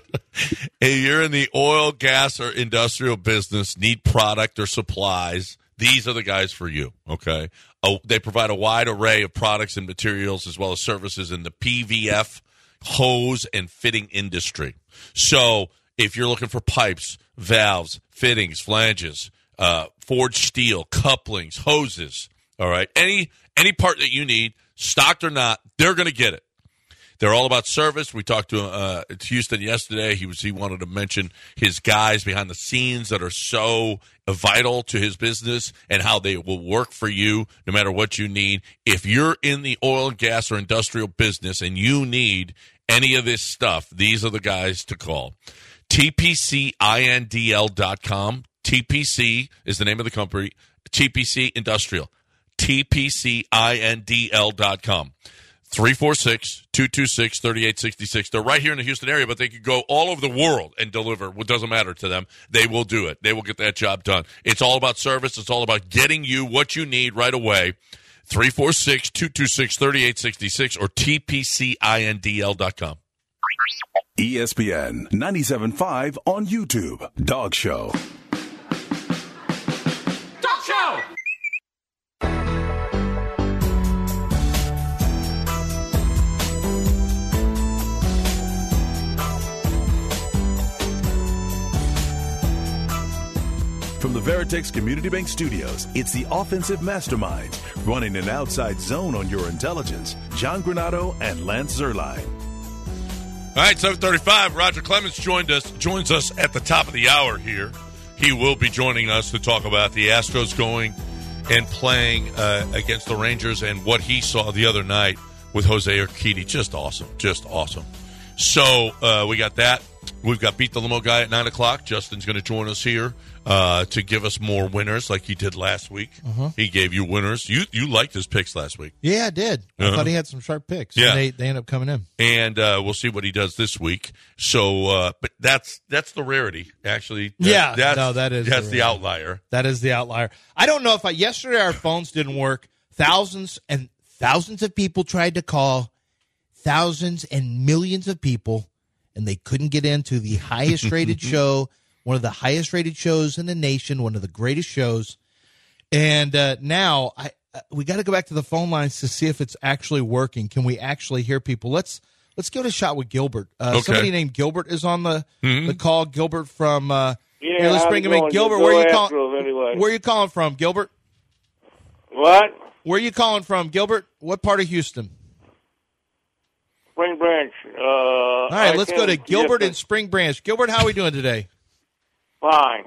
[SPEAKER 4] if you're in the oil, gas, or industrial business, need product or supplies These are the guys for you. Okay. Oh, they provide a wide array of products and materials as well as services in the PVF hose and fitting industry. So if you're looking for pipes, valves, fittings, flanges, uh, forged steel, couplings, hoses, all right, any any part that you need, stocked or not, they're going to get it. They're all about service. We talked to uh, to Houston yesterday. He was he wanted to mention his guys behind the scenes that are so vital to his business and how they will work for you no matter what you need. If you're in the oil and gas or industrial business and you need any of this stuff, these are the guys to call. TPCINDL.com. TPC is the name of the company. TPC Industrial. TPCINDL.com. 346 226 3866. They're right here in the Houston area, but they could go all over the world and deliver. What doesn't matter to them. They will do it. They will get that job done. It's all about service. It's all about getting you what you need right away. 346 226 3866 or TPCINDL.com.
[SPEAKER 2] E ESPN 97.5 on YouTube. Dog Show.
[SPEAKER 11] Talk show!
[SPEAKER 2] From the Veritex Community Bank Studios, it's the offensive mastermind running an outside zone on your intelligence, John Granado and Lance Zerline.
[SPEAKER 4] All right, 735. Roger Clemens joined us joins us at the top of the hour here. He will be joining us to talk about the Astros going and playing uh, against the Rangers and what he saw the other night with Jose Urquidy. Just awesome. Just awesome. So uh, we got that. We've got Beat the Limo guy at 9 o'clock. Justin's going to join us here uh, to give us more winners like he did last week.
[SPEAKER 1] Uh-huh.
[SPEAKER 4] He gave you winners. You, you liked his picks last week.
[SPEAKER 1] Yeah, I did.
[SPEAKER 4] Uh-huh.
[SPEAKER 1] I thought he had some sharp picks.
[SPEAKER 4] Yeah.
[SPEAKER 1] And they, they end up coming in.
[SPEAKER 4] and uh, we'll see what he does this week. So, uh, but that's that's the rarity, actually. That-
[SPEAKER 1] Yeah,
[SPEAKER 4] that's,
[SPEAKER 1] no, that is
[SPEAKER 4] that's
[SPEAKER 1] the
[SPEAKER 4] the,
[SPEAKER 1] rarity.
[SPEAKER 4] outlier.
[SPEAKER 1] That is the outlier. I don't know if I yesterday our phones didn't work. Thousands and thousands of people tried to call, thousands and millions of people, and they couldn't get into the highest rated show, one of the highest rated shows in the nation, one of the greatest shows. And uh, now I uh, we got to go back to the phone lines to see if it's actually working. Can we actually hear people? Let's let's go to shot with Gilbert. Uh,
[SPEAKER 4] Okay.
[SPEAKER 1] Somebody named Gilbert is on the the call. Gilbert from uh,
[SPEAKER 12] Yeah,
[SPEAKER 1] here, let's
[SPEAKER 12] how's
[SPEAKER 1] bring
[SPEAKER 12] it
[SPEAKER 1] him in.
[SPEAKER 12] going?
[SPEAKER 1] Gilbert,
[SPEAKER 12] Go
[SPEAKER 1] where are you
[SPEAKER 12] Astros,
[SPEAKER 1] calling?
[SPEAKER 12] anyway.
[SPEAKER 1] Where are you calling from, Gilbert?
[SPEAKER 12] What?
[SPEAKER 1] Where are you calling from, Gilbert? What part of Houston?
[SPEAKER 12] Spring Branch. Uh,
[SPEAKER 1] All right, let's go to Gilbert in Spring Branch. Gilbert, how are we doing today?
[SPEAKER 12] Fine.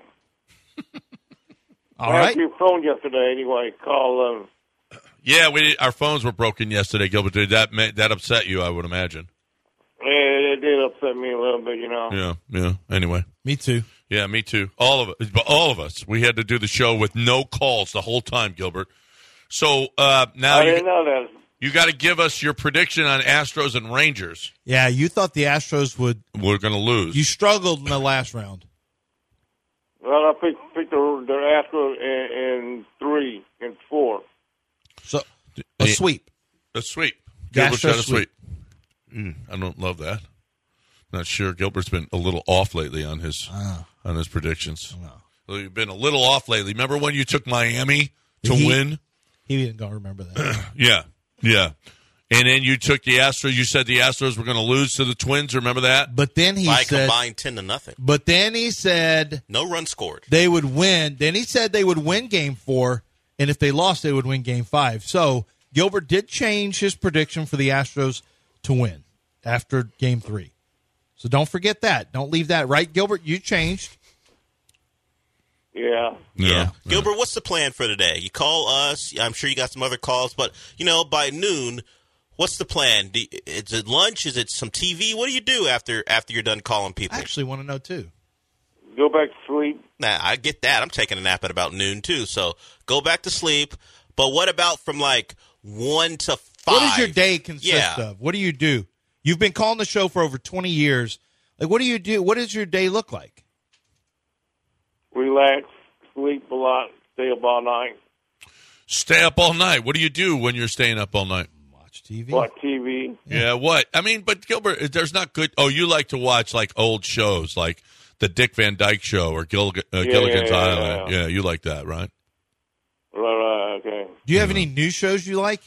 [SPEAKER 12] I
[SPEAKER 1] All right.
[SPEAKER 12] answered Your phone yesterday, anyway. Call um,
[SPEAKER 4] Yeah, we our phones were broken yesterday, Gilbert. Did that ma- that upset you? I would imagine.
[SPEAKER 12] It, it did upset me a little bit, you know.
[SPEAKER 4] Yeah, yeah. Anyway,
[SPEAKER 1] me too.
[SPEAKER 4] Yeah, me too. All of us, but all of us, we had to do the show with no calls the whole time, Gilbert. So uh, now
[SPEAKER 12] I
[SPEAKER 4] you,
[SPEAKER 12] didn't know that.
[SPEAKER 4] you got to give us your prediction on Astros and Rangers.
[SPEAKER 1] Yeah, you thought the Astros would.
[SPEAKER 4] We're going to lose.
[SPEAKER 1] You struggled in the last round.
[SPEAKER 12] Well, I picked, picked the, the Astros in, in three and four.
[SPEAKER 1] So a sweep.
[SPEAKER 4] A sweep.
[SPEAKER 1] Gastro
[SPEAKER 4] Gilbert's got a
[SPEAKER 1] sweep.
[SPEAKER 4] sweep. Mm, I don't love that. Not sure. Gilbert's been a little off lately on his
[SPEAKER 1] Ah.
[SPEAKER 4] on his predictions. Well, You've been a little off lately. Remember when you took Miami to
[SPEAKER 1] He-
[SPEAKER 4] win?
[SPEAKER 1] He didn't gonna remember that.
[SPEAKER 4] Yeah, yeah. And then you took the Astros. You said the Astros were going to lose to the Twins. Remember that?
[SPEAKER 1] But then he
[SPEAKER 5] By
[SPEAKER 1] said.
[SPEAKER 5] combined ten to nothing.
[SPEAKER 1] But then he said
[SPEAKER 5] No run scored.
[SPEAKER 1] they would win. Then he said they would win Game Four, and if they lost, they would win Game Five. So Gilbert did change his prediction for the Astros to win after Game Three. So don't forget that. Don't leave that right, Gilbert. You changed.
[SPEAKER 12] Yeah.
[SPEAKER 4] Yeah.
[SPEAKER 5] Gilbert, what's the plan for today? You call us. I'm sure you got some other calls, but you know, by noon, what's the plan? Do, is it lunch? Is it some TV? What do you do after after you're done calling people?
[SPEAKER 1] I actually want to know too.
[SPEAKER 12] Go back to sleep.
[SPEAKER 5] Nah, I get that. I'm taking a nap at about noon too, so go back to sleep. But what about from like one to five?
[SPEAKER 1] What does your day consist
[SPEAKER 5] Yeah.
[SPEAKER 1] of? What do you do? You've been calling the show for over twenty years. Like, what do you do? What does your day look like?
[SPEAKER 12] Relax. Sleep a lot. Stay up all night.
[SPEAKER 4] Stay up all night. What do you do when you're staying up all night?
[SPEAKER 1] Watch TV.
[SPEAKER 12] Watch TV.
[SPEAKER 4] Yeah. what? I mean, but Gilbert, there's not good. Oh, you like to watch like old shows, like the Dick Van Dyke Show or Gillig- uh,
[SPEAKER 12] Yeah,
[SPEAKER 4] Gilligan's
[SPEAKER 12] yeah, yeah,
[SPEAKER 4] Island.
[SPEAKER 12] yeah.
[SPEAKER 4] yeah, you like that, right?
[SPEAKER 12] Right, right, okay.
[SPEAKER 1] Do you have any new shows you like?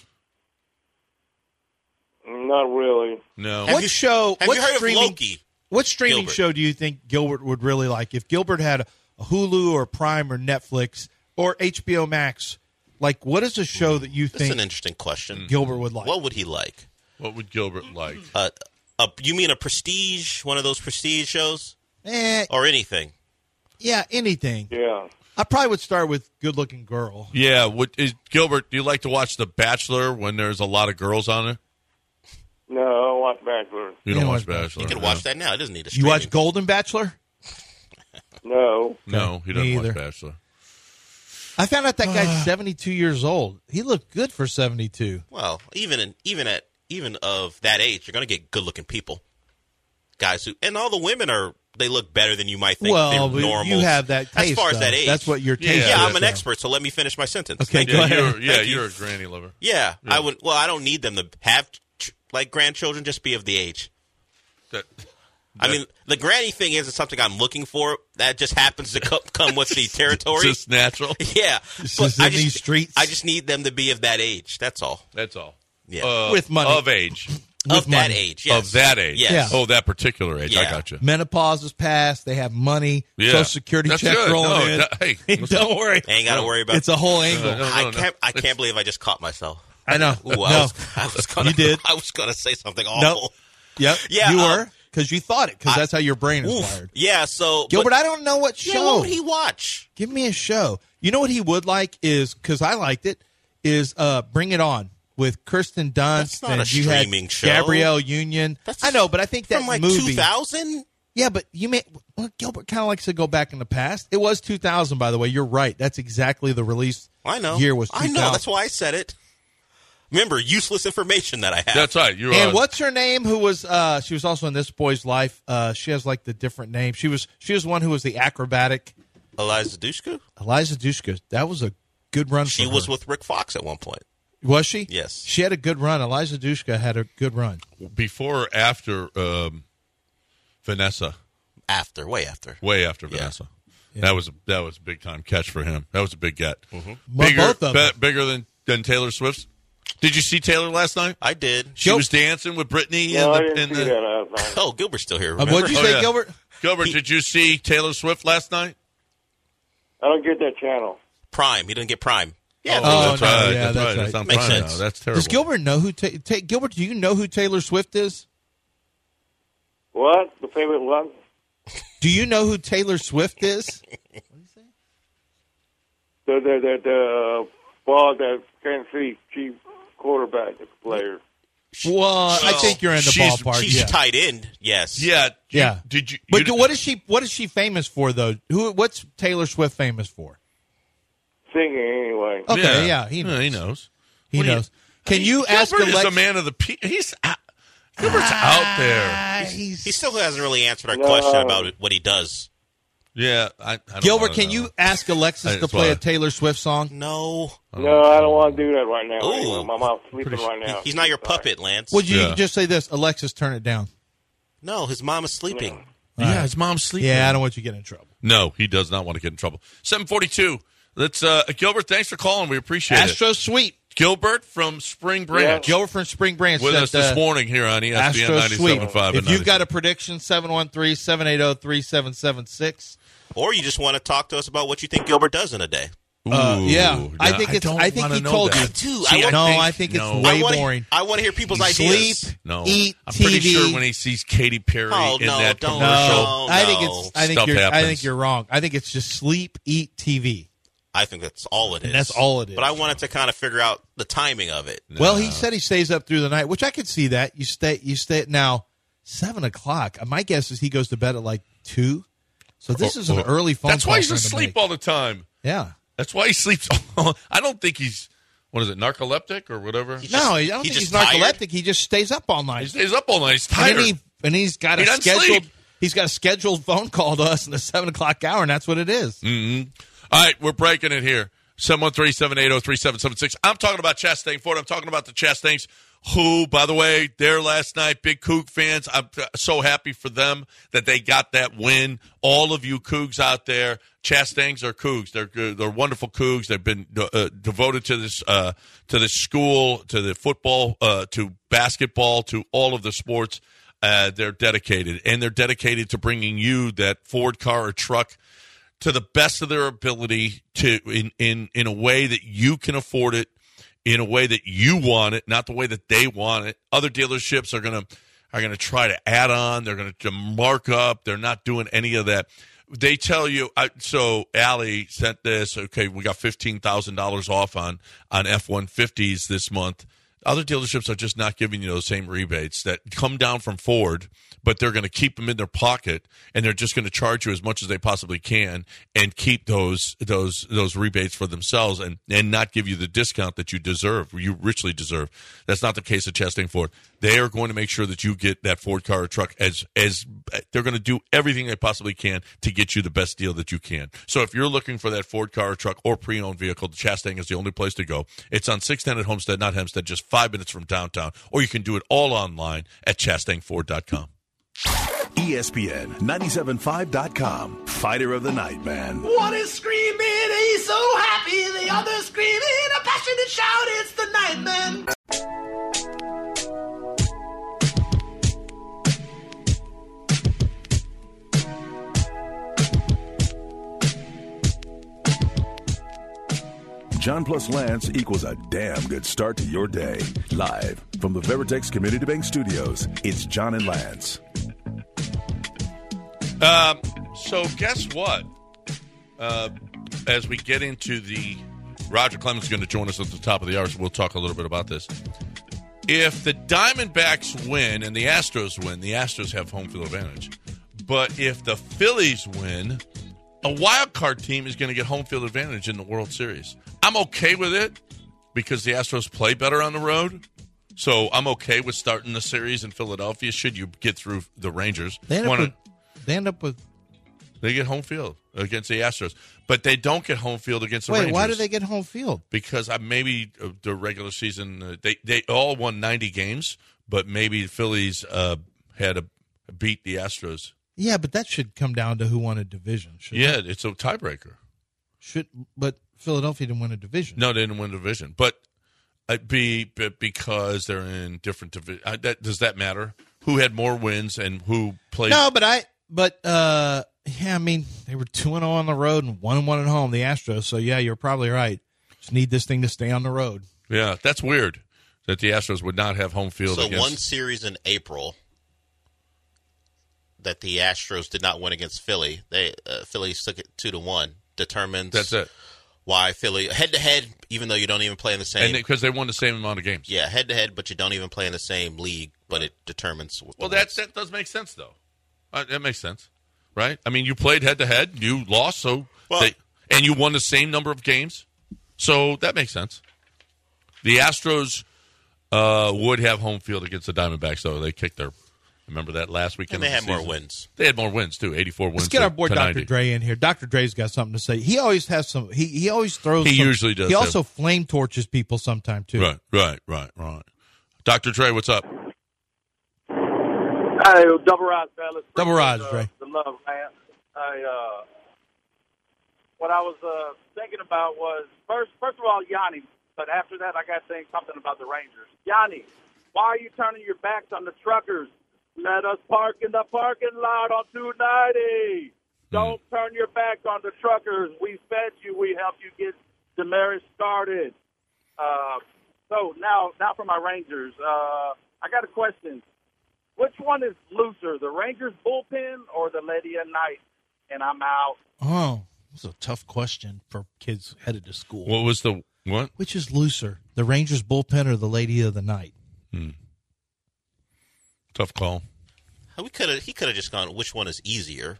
[SPEAKER 12] Not really.
[SPEAKER 4] No.
[SPEAKER 1] What show?
[SPEAKER 5] have
[SPEAKER 1] what
[SPEAKER 5] you heard of
[SPEAKER 1] streaming,
[SPEAKER 5] Loki?
[SPEAKER 1] What streaming
[SPEAKER 5] Gilbert.
[SPEAKER 1] show do you think Gilbert would really like? If Gilbert had a, a Hulu or Prime or Netflix or HBO Max, like what is a show that you
[SPEAKER 5] That's
[SPEAKER 1] think Mm.
[SPEAKER 5] an interesting question.
[SPEAKER 1] Gilbert would like?
[SPEAKER 5] What would he like?
[SPEAKER 4] What would Gilbert like?
[SPEAKER 5] Uh, uh, you mean a prestige, one of those prestige shows,
[SPEAKER 1] Eh,
[SPEAKER 5] or anything?
[SPEAKER 1] yeah, anything.
[SPEAKER 12] Yeah.
[SPEAKER 1] I probably would start with Good Looking Girl.
[SPEAKER 4] Yeah, what is Gilbert? Do you like to watch The Bachelor when there's a lot of girls on it?
[SPEAKER 12] No, I don't watch Bachelor.
[SPEAKER 4] You don't watch Bachelor.
[SPEAKER 5] You can
[SPEAKER 4] no.
[SPEAKER 5] watch that now. It doesn't need a
[SPEAKER 1] You
[SPEAKER 5] streaming.
[SPEAKER 1] watch Golden Bachelor?
[SPEAKER 12] No.
[SPEAKER 4] No, he doesn't
[SPEAKER 1] Me
[SPEAKER 4] watch
[SPEAKER 1] either.
[SPEAKER 4] Bachelor.
[SPEAKER 1] I found out that guy's 72 years old. He looked good for 72.
[SPEAKER 5] Well, even in, even at even of that age, you're going to get good-looking people, guys who, and all the women are they look better than you might think.
[SPEAKER 1] well, but
[SPEAKER 5] they're normal.
[SPEAKER 1] you have that taste.
[SPEAKER 5] as far as
[SPEAKER 1] though.
[SPEAKER 5] that age.
[SPEAKER 1] That's what your
[SPEAKER 4] Yeah,
[SPEAKER 1] taste.
[SPEAKER 5] yeah,
[SPEAKER 1] is,
[SPEAKER 5] I'm an
[SPEAKER 1] though.
[SPEAKER 5] expert, so let me finish my sentence.
[SPEAKER 1] Okay,
[SPEAKER 5] Thank
[SPEAKER 1] go
[SPEAKER 5] you.
[SPEAKER 4] Yeah,
[SPEAKER 1] ahead.
[SPEAKER 4] you're, yeah,
[SPEAKER 5] Thank you.
[SPEAKER 4] you're a granny lover.
[SPEAKER 5] Yeah, I would. Well, I don't need them to have ch- like grandchildren. Just be of the age.
[SPEAKER 4] That,
[SPEAKER 5] I mean, the granny thing isn't something I'm looking for. That just happens to come, come with the territory.
[SPEAKER 4] just natural.
[SPEAKER 5] yeah,
[SPEAKER 1] This
[SPEAKER 5] but
[SPEAKER 1] is
[SPEAKER 5] I
[SPEAKER 1] in
[SPEAKER 5] just
[SPEAKER 1] these streets.
[SPEAKER 5] I just need them to be of that age. That's all.
[SPEAKER 4] That's all.
[SPEAKER 5] Yeah.
[SPEAKER 4] Uh,
[SPEAKER 1] With money.
[SPEAKER 4] of age,
[SPEAKER 1] With
[SPEAKER 5] of that
[SPEAKER 1] money.
[SPEAKER 5] age. Yes.
[SPEAKER 4] of that age.
[SPEAKER 5] Yes.
[SPEAKER 1] Yeah.
[SPEAKER 4] Oh, that particular age. I
[SPEAKER 5] Yeah.
[SPEAKER 4] got you.
[SPEAKER 1] Menopause is passed. They have money.
[SPEAKER 4] Yeah.
[SPEAKER 1] Social security
[SPEAKER 4] That's
[SPEAKER 1] check
[SPEAKER 4] good.
[SPEAKER 1] rolling
[SPEAKER 4] No,
[SPEAKER 1] in.
[SPEAKER 4] that- hey, listen.
[SPEAKER 1] don't worry.
[SPEAKER 5] Ain't got to worry about.
[SPEAKER 1] It's a whole angle.
[SPEAKER 4] No, no,
[SPEAKER 5] I
[SPEAKER 4] no.
[SPEAKER 5] can't. I can't believe I just caught myself.
[SPEAKER 1] I know.
[SPEAKER 5] Ooh, I,
[SPEAKER 1] no.
[SPEAKER 5] was, I was gonna.
[SPEAKER 1] You did.
[SPEAKER 5] I was gonna say something awful.
[SPEAKER 1] Yep.
[SPEAKER 5] Yeah,
[SPEAKER 1] You
[SPEAKER 5] uh,
[SPEAKER 1] were because you thought it because that's how your brain is
[SPEAKER 5] Oof.
[SPEAKER 1] wired.
[SPEAKER 5] Yeah. So
[SPEAKER 1] Gilbert,
[SPEAKER 5] but-
[SPEAKER 1] I don't know what
[SPEAKER 5] yeah,
[SPEAKER 1] show.
[SPEAKER 5] What would he watch?
[SPEAKER 1] Give me a show. You know what he would like is because I liked it is uh Bring It On with Kirsten Dunst
[SPEAKER 5] That's not
[SPEAKER 1] and
[SPEAKER 5] a
[SPEAKER 1] you had
[SPEAKER 5] streaming show.
[SPEAKER 1] Gabrielle Union.
[SPEAKER 5] That's
[SPEAKER 1] I know, but I think that
[SPEAKER 5] From like
[SPEAKER 1] movie.
[SPEAKER 5] 2000.
[SPEAKER 1] Yeah, but you may. Well, Gilbert kind of likes to go back in the past. It was 2000, by the way. You're right. That's exactly the release
[SPEAKER 5] I know.
[SPEAKER 1] year was 2000.
[SPEAKER 5] I know. That's why I said it. Remember, useless information that I have.
[SPEAKER 4] That's right. You're
[SPEAKER 1] And
[SPEAKER 4] on.
[SPEAKER 1] what's her name? Who was? uh She was also in This Boy's Life. Uh She has like the different name. She was. She was one who was the acrobatic
[SPEAKER 5] Eliza Dushku.
[SPEAKER 1] Eliza Dushku. That was a good run.
[SPEAKER 5] She
[SPEAKER 1] for
[SPEAKER 5] was
[SPEAKER 1] her.
[SPEAKER 5] with Rick Fox at one point.
[SPEAKER 1] Was she?
[SPEAKER 5] Yes.
[SPEAKER 1] She had a good run. Eliza Dushka had a good run.
[SPEAKER 4] before or after um, Vanessa?
[SPEAKER 5] After, way after.
[SPEAKER 4] Way after
[SPEAKER 5] Yeah.
[SPEAKER 4] Vanessa. That was a, that was a big time catch for him. That was a big get.
[SPEAKER 1] Well,
[SPEAKER 4] Bigger,
[SPEAKER 1] both of
[SPEAKER 4] be-
[SPEAKER 1] them.
[SPEAKER 4] bigger than than Taylor Swift's. Did you see Taylor last night?
[SPEAKER 5] I did.
[SPEAKER 4] She
[SPEAKER 1] Nope.
[SPEAKER 4] was dancing with Britney.
[SPEAKER 12] No, I
[SPEAKER 4] and the,
[SPEAKER 12] didn't
[SPEAKER 4] and
[SPEAKER 12] see
[SPEAKER 4] the-
[SPEAKER 12] that last night.
[SPEAKER 5] Oh, Gilbert's still here.
[SPEAKER 1] Uh,
[SPEAKER 5] Remember?
[SPEAKER 1] what'd you
[SPEAKER 4] Oh,
[SPEAKER 1] say,
[SPEAKER 4] yeah.
[SPEAKER 1] Gilbert?
[SPEAKER 4] Gilbert, did you see Taylor Swift last night?
[SPEAKER 12] I don't get that channel.
[SPEAKER 5] Prime. He didn't get Prime. Yeah.
[SPEAKER 1] Oh,
[SPEAKER 4] that's
[SPEAKER 1] no,
[SPEAKER 4] right.
[SPEAKER 1] yeah,
[SPEAKER 4] Uh, that's,
[SPEAKER 1] that's
[SPEAKER 4] right.
[SPEAKER 1] right.
[SPEAKER 4] It's on
[SPEAKER 5] Makes
[SPEAKER 4] Prime
[SPEAKER 5] sense.
[SPEAKER 4] now. That's terrible.
[SPEAKER 1] Does Gilbert know who? Ta- Ta- Gilbert, do you know who Taylor Swift is?
[SPEAKER 12] What? The favorite one?
[SPEAKER 1] Do you know who Taylor Swift is?
[SPEAKER 12] The the the, the uh, ball that Kansas City Chief quarterback player.
[SPEAKER 1] well, I
[SPEAKER 5] she's-
[SPEAKER 1] think you're in the
[SPEAKER 4] she's-
[SPEAKER 1] ballpark.
[SPEAKER 5] She's
[SPEAKER 1] yeah.
[SPEAKER 5] tight end. Yes.
[SPEAKER 4] yeah, you-
[SPEAKER 1] Yeah.
[SPEAKER 4] Did you?
[SPEAKER 1] But
[SPEAKER 4] you,
[SPEAKER 1] what is she? What is she famous for, though? Who? What's Taylor Swift famous for?
[SPEAKER 12] Singing anyway.
[SPEAKER 5] Oh.
[SPEAKER 1] Okay, yeah, he knows.
[SPEAKER 4] Yeah,
[SPEAKER 1] he
[SPEAKER 4] he
[SPEAKER 1] knows.
[SPEAKER 4] knows.
[SPEAKER 1] Can you ask
[SPEAKER 4] Gilbert is
[SPEAKER 1] Alexa?
[SPEAKER 4] a man of the pe- he's out- Gilbert's out
[SPEAKER 1] Ah.
[SPEAKER 4] there.
[SPEAKER 5] He still hasn't really answered our
[SPEAKER 12] No.
[SPEAKER 5] question about what he does.
[SPEAKER 4] Yeah, I, I don't
[SPEAKER 1] Gilbert,
[SPEAKER 4] wanna
[SPEAKER 1] can
[SPEAKER 4] know.
[SPEAKER 1] you ask Alexis to
[SPEAKER 4] That's
[SPEAKER 1] play
[SPEAKER 4] why-
[SPEAKER 1] a Taylor Swift song?
[SPEAKER 5] No.
[SPEAKER 12] No, I don't want to do that right now.
[SPEAKER 5] Ooh.
[SPEAKER 12] Anyway, my mom's sleeping right now.
[SPEAKER 5] He's not your
[SPEAKER 12] Sorry.
[SPEAKER 5] puppet, Lance.
[SPEAKER 1] Would you
[SPEAKER 4] Yeah.
[SPEAKER 1] just say this, Alexis? Turn it down.
[SPEAKER 5] No, his mom is sleeping.
[SPEAKER 4] Yeah, his mom's sleeping.
[SPEAKER 1] Yeah, I don't want you to get in trouble.
[SPEAKER 4] No, he does not want to get in trouble. Seven forty-two. Let's uh, Gilbert. Thanks for calling. We appreciate it.
[SPEAKER 1] Astro Sweet.
[SPEAKER 4] Gilbert from Spring Branch
[SPEAKER 1] Gilbert from Spring Branch
[SPEAKER 4] with
[SPEAKER 1] said,
[SPEAKER 4] us this
[SPEAKER 1] uh,
[SPEAKER 4] morning here on E ESPN
[SPEAKER 1] Astro Sweet.
[SPEAKER 4] 97.5.
[SPEAKER 1] If you've got a prediction, 713-780-3776.
[SPEAKER 5] Or you just want to talk to us about what you think Gilbert does in a day.
[SPEAKER 1] Uh, yeah. I think it's-
[SPEAKER 4] don't
[SPEAKER 1] I think
[SPEAKER 4] wanna
[SPEAKER 1] he
[SPEAKER 4] know
[SPEAKER 1] told
[SPEAKER 4] that.
[SPEAKER 1] you. I
[SPEAKER 5] do.
[SPEAKER 4] See,
[SPEAKER 5] I
[SPEAKER 1] no, I think it's
[SPEAKER 4] no.
[SPEAKER 1] way
[SPEAKER 5] I wanna,
[SPEAKER 1] boring.
[SPEAKER 5] I want to hear people's ideas.
[SPEAKER 1] Sleep,
[SPEAKER 4] No,
[SPEAKER 1] eat,
[SPEAKER 4] I'm pretty
[SPEAKER 1] TV.
[SPEAKER 4] sure when he sees Katy Perry
[SPEAKER 5] Oh,
[SPEAKER 4] in
[SPEAKER 5] no,
[SPEAKER 4] that
[SPEAKER 5] don't.
[SPEAKER 4] commercial,
[SPEAKER 5] No,
[SPEAKER 1] I think
[SPEAKER 5] no.
[SPEAKER 1] it's. I think
[SPEAKER 4] Stuff
[SPEAKER 1] you're. I
[SPEAKER 4] happens.
[SPEAKER 1] think you're wrong. I think it's just sleep, eat, TV.
[SPEAKER 5] I think that's all it is.
[SPEAKER 1] that's all it is.
[SPEAKER 5] But I wanted to kind of figure out the timing of it.
[SPEAKER 1] Well, he said he stays up through the night, which I could see that. You stay. You stay now seven o'clock. Uh, My guess is he goes to bed at like two. So this
[SPEAKER 4] Or-
[SPEAKER 1] is an
[SPEAKER 4] or-
[SPEAKER 1] early phone.
[SPEAKER 4] that's why
[SPEAKER 1] call
[SPEAKER 4] he's
[SPEAKER 1] for him to
[SPEAKER 4] asleep
[SPEAKER 1] make.
[SPEAKER 4] all the time.
[SPEAKER 1] Yeah.
[SPEAKER 4] That's why he sleeps. I don't think he's what is it, narcoleptic or whatever. He,
[SPEAKER 1] no, I
[SPEAKER 5] just-
[SPEAKER 1] don't
[SPEAKER 5] he
[SPEAKER 1] think he's
[SPEAKER 5] just tired?
[SPEAKER 1] narcoleptic. He just stays up all night.
[SPEAKER 4] stays up all night. He's tired.
[SPEAKER 1] and, he, and he's got
[SPEAKER 4] He
[SPEAKER 1] a
[SPEAKER 4] doesn't
[SPEAKER 1] scheduled.
[SPEAKER 4] sleep.
[SPEAKER 1] He's got a scheduled phone call to us in the seven o'clock hour, and that's what it is.
[SPEAKER 4] Mm. All right, we're breaking oh, it here. 713-780-3776. I'm talking about Chastain Ford. I'm talking about the Chastains who, by the way, there last night, big Coug fans. I'm so happy for them that they got that win. All of you Cougs out there, Chastains are Cougs. They're they're wonderful Cougs. They've been uh, devoted to this uh, to this school, to the football, uh, to basketball, to all of the sports. Uh, they're dedicated, and they're dedicated to bringing you that Ford car or truck to the best of their ability to in in in a way that you can afford it in a way that you want it, not the way that they want it. Other dealerships are gonna are gonna try to add on. They're gonna to mark up. They're not doing any of that. They tell you. I, so Allie sent this. Okay, we got fifteen thousand dollars off on on F one fifties this month. Other dealerships are just not giving you those same rebates that come down from Ford, but they're going to keep them in their pocket and they're just going to charge you as much as they possibly can and keep those those those rebates for themselves and and not give you the discount that you deserve, you richly deserve. That's not the case of Chastain Ford. They are going to make sure that you get that Ford car or truck as as they're going to do everything they possibly can to get you the best deal that you can. So if you're looking for that Ford car or truck or pre-owned vehicle, the Chastain is the only place to go. It's on 610 at Homestead, not Hempstead, just five minutes from downtown, or you can do it all online at chastainford.com.
[SPEAKER 2] E ESPN 975.com. Fighter of the Night, man.
[SPEAKER 11] One is screaming, he's so happy. The other screaming, a passionate shout, it's the night man.
[SPEAKER 2] John plus Lance equals a damn good start to your day. Live from the Veritex Community Bank Studios, it's John and Lance.
[SPEAKER 4] Um, so guess what? Uh, as we get into the Roger Clemens is going to join us at the top of the hour, so we'll talk a little bit about this. If the Diamondbacks win and the Astros win, the Astros have home field advantage. But if the Phillies win, a wild card team is going to get home field advantage in the World Series. I'm okay with it because the Astros play better on the road. So I'm okay with starting the series in Philadelphia should you get through the Rangers.
[SPEAKER 1] They end,
[SPEAKER 4] Wanna-
[SPEAKER 1] up with, they end up with.
[SPEAKER 4] They get home field against the Astros, but they don't get home field against the
[SPEAKER 1] Wait,
[SPEAKER 4] Rangers.
[SPEAKER 1] why do they get home field?
[SPEAKER 4] Because I, maybe uh, the regular season uh, they they all won ninety games, but maybe the Phillies uh, had a beat the Astros.
[SPEAKER 1] Yeah, but that should come down to who won a division. Should
[SPEAKER 4] Yeah, it's a tiebreaker.
[SPEAKER 1] should but Philadelphia didn't win a division.
[SPEAKER 4] No, they didn't win the division, but it be but because they're in different division. That, does that matter? Who had more wins and who played?
[SPEAKER 1] No, but I but uh yeah, I mean they were two and zero on the road and one and one at home. The Astros, so yeah, you're probably right. Just need this thing to stay on the road.
[SPEAKER 4] Yeah, that's weird that the Astros would not have home field.
[SPEAKER 5] So
[SPEAKER 4] against-
[SPEAKER 5] one series in April that the Astros did not win against Philly. They uh, Phillies took it two to one. Determines
[SPEAKER 4] That's it.
[SPEAKER 5] Why Philly head to head, even though you don't even play in the same
[SPEAKER 4] and because they won the same amount of games.
[SPEAKER 5] yeah head to head, but you don't even play in the same league. But it determines. what the
[SPEAKER 4] Well,
[SPEAKER 5] win-
[SPEAKER 4] that that does make sense though. Uh, that makes sense, right? I mean, you played head to head, you lost, so they, and you won the same number of games, so that makes sense. The Astros uh, would have home field against the Diamondbacks, though they kicked their. Remember that last weekend?
[SPEAKER 5] And they
[SPEAKER 4] of the
[SPEAKER 5] had more
[SPEAKER 4] season?
[SPEAKER 5] wins.
[SPEAKER 4] They had more wins too, eighty-four wins.
[SPEAKER 1] Let's get
[SPEAKER 4] to-
[SPEAKER 1] our boy
[SPEAKER 4] to
[SPEAKER 1] Dr.
[SPEAKER 4] 90.
[SPEAKER 1] Dre in here. Dr. Dre's got something to say. He always has some. He he always throws.
[SPEAKER 4] He
[SPEAKER 1] some-
[SPEAKER 4] usually does
[SPEAKER 1] He
[SPEAKER 4] have-
[SPEAKER 1] also flame torches people sometime too.
[SPEAKER 4] Right, right, right, right. Dr. Dre, what's up?
[SPEAKER 13] Hey, double rise, fellas.
[SPEAKER 1] Double rise,
[SPEAKER 13] uh,
[SPEAKER 1] Dre.
[SPEAKER 13] The love, man. I, uh, what I was uh, thinking about was first, first of all, Yanni. But after that, I got to think something about the Rangers. Yanni, why are you turning your backs on the truckers? Let us park in the parking lot on 290.
[SPEAKER 1] Hmm.
[SPEAKER 13] Don't turn your back on the truckers. We fed you. We helped you get the marriage started. Uh, so now, now for my Rangers. Uh, I got a question. Which one is looser, the Rangers bullpen or the Lady at Night? And I'm out.
[SPEAKER 1] Oh, it's a tough question for kids headed to school.
[SPEAKER 4] What was the what?
[SPEAKER 1] Which is looser, the Rangers bullpen or the Lady of the Night?
[SPEAKER 4] Tough call.
[SPEAKER 5] we could have he could have just gone. Which one is easier?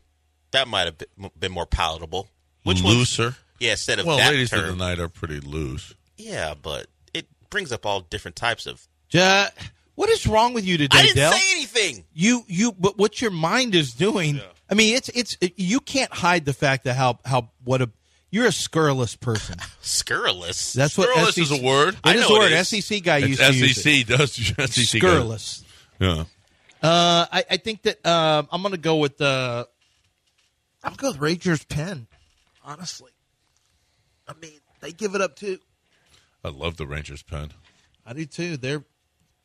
[SPEAKER 5] That might have been- been more palatable. Which one's-
[SPEAKER 4] Looser?
[SPEAKER 5] Yeah, instead of
[SPEAKER 4] well,
[SPEAKER 5] that
[SPEAKER 4] ladies of
[SPEAKER 5] term.
[SPEAKER 4] the night are pretty loose.
[SPEAKER 5] Yeah, but it brings up all different types of.
[SPEAKER 1] Ja, what is wrong with you today,
[SPEAKER 5] I didn't
[SPEAKER 1] Dell?
[SPEAKER 5] say anything.
[SPEAKER 1] you you but what your mind is doing i mean it's it's you can't hide the fact that how how what a you You're a scurrilous person.
[SPEAKER 5] Scurrilous.
[SPEAKER 1] That's what
[SPEAKER 4] Scurrilous
[SPEAKER 1] SEC
[SPEAKER 4] is a word.
[SPEAKER 1] It
[SPEAKER 4] I
[SPEAKER 1] is
[SPEAKER 4] know
[SPEAKER 1] a
[SPEAKER 4] it
[SPEAKER 1] word. E
[SPEAKER 4] is.
[SPEAKER 1] SEC guy
[SPEAKER 4] It's
[SPEAKER 1] used to use
[SPEAKER 4] SEC
[SPEAKER 1] it.
[SPEAKER 4] E does- SEC E guy.
[SPEAKER 1] scurrilous.
[SPEAKER 4] Yeah.
[SPEAKER 1] Uh, I, I think that um, I'm going to go with uh, I'm going to go with Rangers pen. Honestly, I mean they give it up too.
[SPEAKER 4] I love the Rangers pen.
[SPEAKER 1] I do too. They're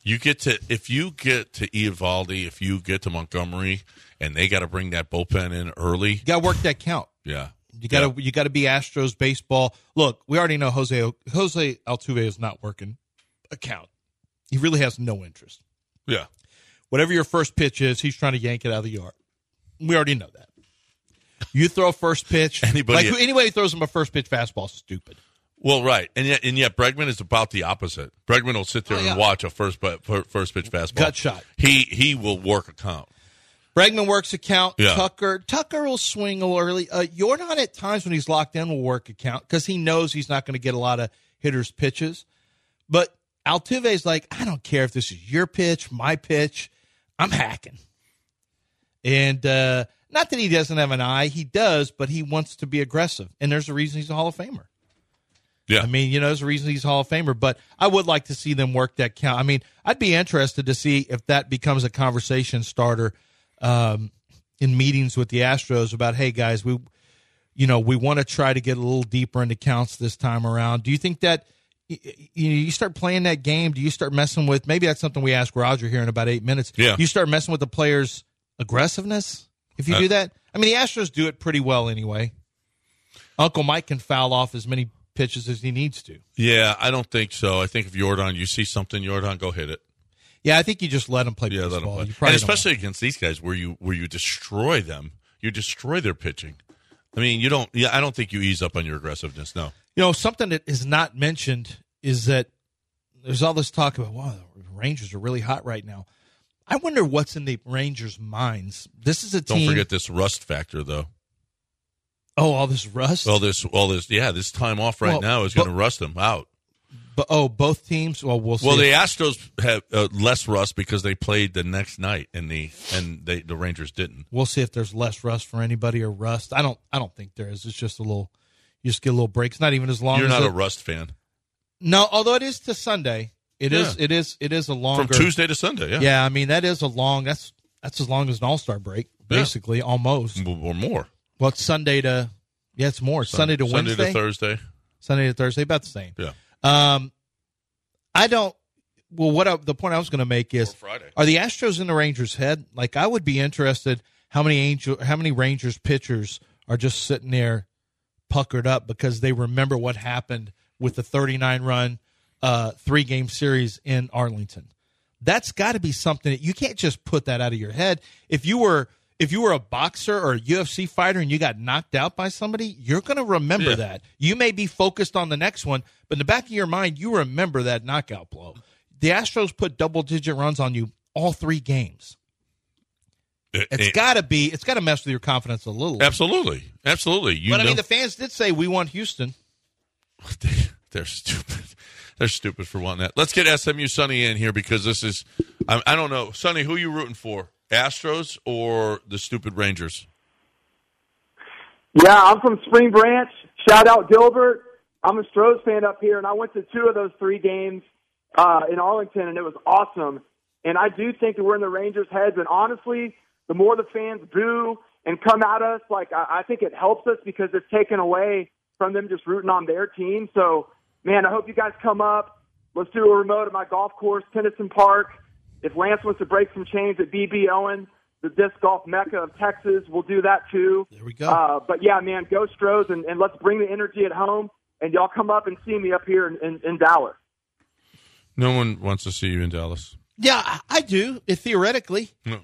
[SPEAKER 4] You get to if you get to Ivaldi, if you get to Montgomery, and they got to bring that bullpen in early.
[SPEAKER 1] got to work that count.
[SPEAKER 4] Yeah,
[SPEAKER 1] You got to you got to be Astros baseball. Look, we already know Jose Jose Altuve is not working a count. He really has no interest.
[SPEAKER 4] yeah.
[SPEAKER 1] Whatever your first pitch is, he's trying to yank it out of the yard. We already know that. You throw a first pitch.
[SPEAKER 4] Anybody-
[SPEAKER 1] like who, anybody who throws him a first pitch fastball is stupid.
[SPEAKER 4] Well, right, and yet and yet Bregman is about the opposite. Bregman will sit there and watch a first but first pitch fastball
[SPEAKER 1] Oh, Gut shot.
[SPEAKER 4] He he will work a count.
[SPEAKER 1] Bregman works a count.
[SPEAKER 4] Yeah.
[SPEAKER 1] Tucker Tucker will swing a little early. Uh, Jordan at times when he's locked in will work a count because he knows he's not going to get a lot of hitters' pitches. But Altuve's like, I don't care if this is your pitch, my pitch, I'm hacking. And uh, not that he doesn't have an eye, he does, but he wants to be aggressive. And there's a reason he's a Hall of Famer.
[SPEAKER 4] Yeah.
[SPEAKER 1] I mean, you know, there's a reason he's a Hall of Famer, but I would like to see them work that count. I mean, I'd be interested to see if that becomes a conversation starter um, in meetings with the Astros about, hey, guys, we, you know, we want to try to get a little deeper into counts this time around. Do you think that y- y- you know, you start playing that game? Do you start messing with? Maybe that's something we ask Roger here in about eight minutes.
[SPEAKER 4] Yeah.
[SPEAKER 1] you start messing with the players' aggressiveness if you
[SPEAKER 4] Uh,
[SPEAKER 1] do that. I mean, the Astros do it pretty well anyway. Uncle Mike can foul off as many pitches as he needs to.
[SPEAKER 4] Yeah, I don't think so. I think if Jordan, you see something, Jordan, go hit it.
[SPEAKER 1] Yeah, I think you just let him play
[SPEAKER 4] Yeah,
[SPEAKER 1] baseball.
[SPEAKER 4] let 'em play.
[SPEAKER 1] You probably
[SPEAKER 4] and
[SPEAKER 1] don't want-
[SPEAKER 4] especially against these guys where you where you destroy them, you destroy their pitching. I mean, you don't. Yeah, I don't think you ease up on your aggressiveness. No.
[SPEAKER 1] You know, something that is not mentioned is that there's all this talk about, wow, the Rangers are really hot right now. I wonder what's in the Rangers' minds. This is a
[SPEAKER 4] Don't
[SPEAKER 1] team.
[SPEAKER 4] forget this rust factor, though.
[SPEAKER 1] oh, all this rust.
[SPEAKER 4] All this, all this, yeah, this time off right
[SPEAKER 1] Well,
[SPEAKER 4] now is
[SPEAKER 1] but-
[SPEAKER 4] going to rust them out.
[SPEAKER 1] But, oh, both teams. Well, we'll see.
[SPEAKER 4] Well, the
[SPEAKER 1] if-
[SPEAKER 4] Astros have uh, less rust because they played the next night, and the and they, the Rangers didn't.
[SPEAKER 1] we'll see if there's less rust for anybody or rust. I don't. I don't think there is. It's just a little. You just get a little break. It's not even as long.
[SPEAKER 4] You're
[SPEAKER 1] as
[SPEAKER 4] not
[SPEAKER 1] the-
[SPEAKER 4] a rust fan
[SPEAKER 1] No, although it is to Sunday. It is.
[SPEAKER 4] Yeah.
[SPEAKER 1] It is. It is a longer
[SPEAKER 4] from Tuesday to Sunday. Yeah,
[SPEAKER 1] I mean that is a long. That's that's as long as an All Star break,
[SPEAKER 4] Yeah.
[SPEAKER 1] basically, almost.
[SPEAKER 4] M- or more.
[SPEAKER 1] Well, it's Sunday to yeah, it's more
[SPEAKER 4] Sun-
[SPEAKER 1] Sunday to
[SPEAKER 4] Sunday
[SPEAKER 1] Wednesday,
[SPEAKER 4] to Thursday.
[SPEAKER 1] Sunday to Thursday, about the same.
[SPEAKER 4] Yeah.
[SPEAKER 1] Um, I don't. Well, what I, the point I was going to make is
[SPEAKER 4] Friday.
[SPEAKER 1] Are the Astros in the Rangers' head? Like, I would be interested how many angel, how many Rangers pitchers are just sitting there puckered up because they remember what happened with the 39 run uh, three game series in Arlington. That's got to be something that you can't just put that out of your head. If you were if you were a boxer or a UFC fighter and you got knocked out by somebody, you're going to remember
[SPEAKER 4] Yeah.
[SPEAKER 1] that. You may be focused on the next one, but in the back of your mind, you remember that knockout blow. The Astros put double digit runs on you all three games.
[SPEAKER 4] It-
[SPEAKER 1] It's
[SPEAKER 4] it-
[SPEAKER 1] got to be it's got to mess with your confidence a little.
[SPEAKER 4] absolutely, absolutely. You
[SPEAKER 1] but I
[SPEAKER 4] know-
[SPEAKER 1] mean, the fans did say we want Houston.
[SPEAKER 4] they, they're stupid. They're stupid for wanting that. Let's get SMU Sonny in here because this is, I, I don't know. Sonny, who you rooting for? Astros or the stupid Rangers?
[SPEAKER 14] Yeah, I'm from Spring Branch. Shout out Dilbert. I'm a Stros fan up here, and I went to two of those three games uh, in Arlington, and it was awesome. And I do think that we're in the Rangers' heads. And honestly, the more the fans boo and come at us, like I, I think it helps us because it's taken away from them just rooting on their team. So, man, I hope you guys come up. Let's do a remote at my golf course, Tennyson Park. If Lance wants to break some chains at BB Owen, the disc golf mecca of Texas, we'll do that too. There we
[SPEAKER 1] go.
[SPEAKER 14] Uh, but yeah, man, go Stros and, and let's bring the energy at home. And y'all come up and see me up here in, in, in Dallas.
[SPEAKER 4] No one wants to see you in Dallas.
[SPEAKER 1] Yeah, I, I do. It, theoretically,
[SPEAKER 4] No.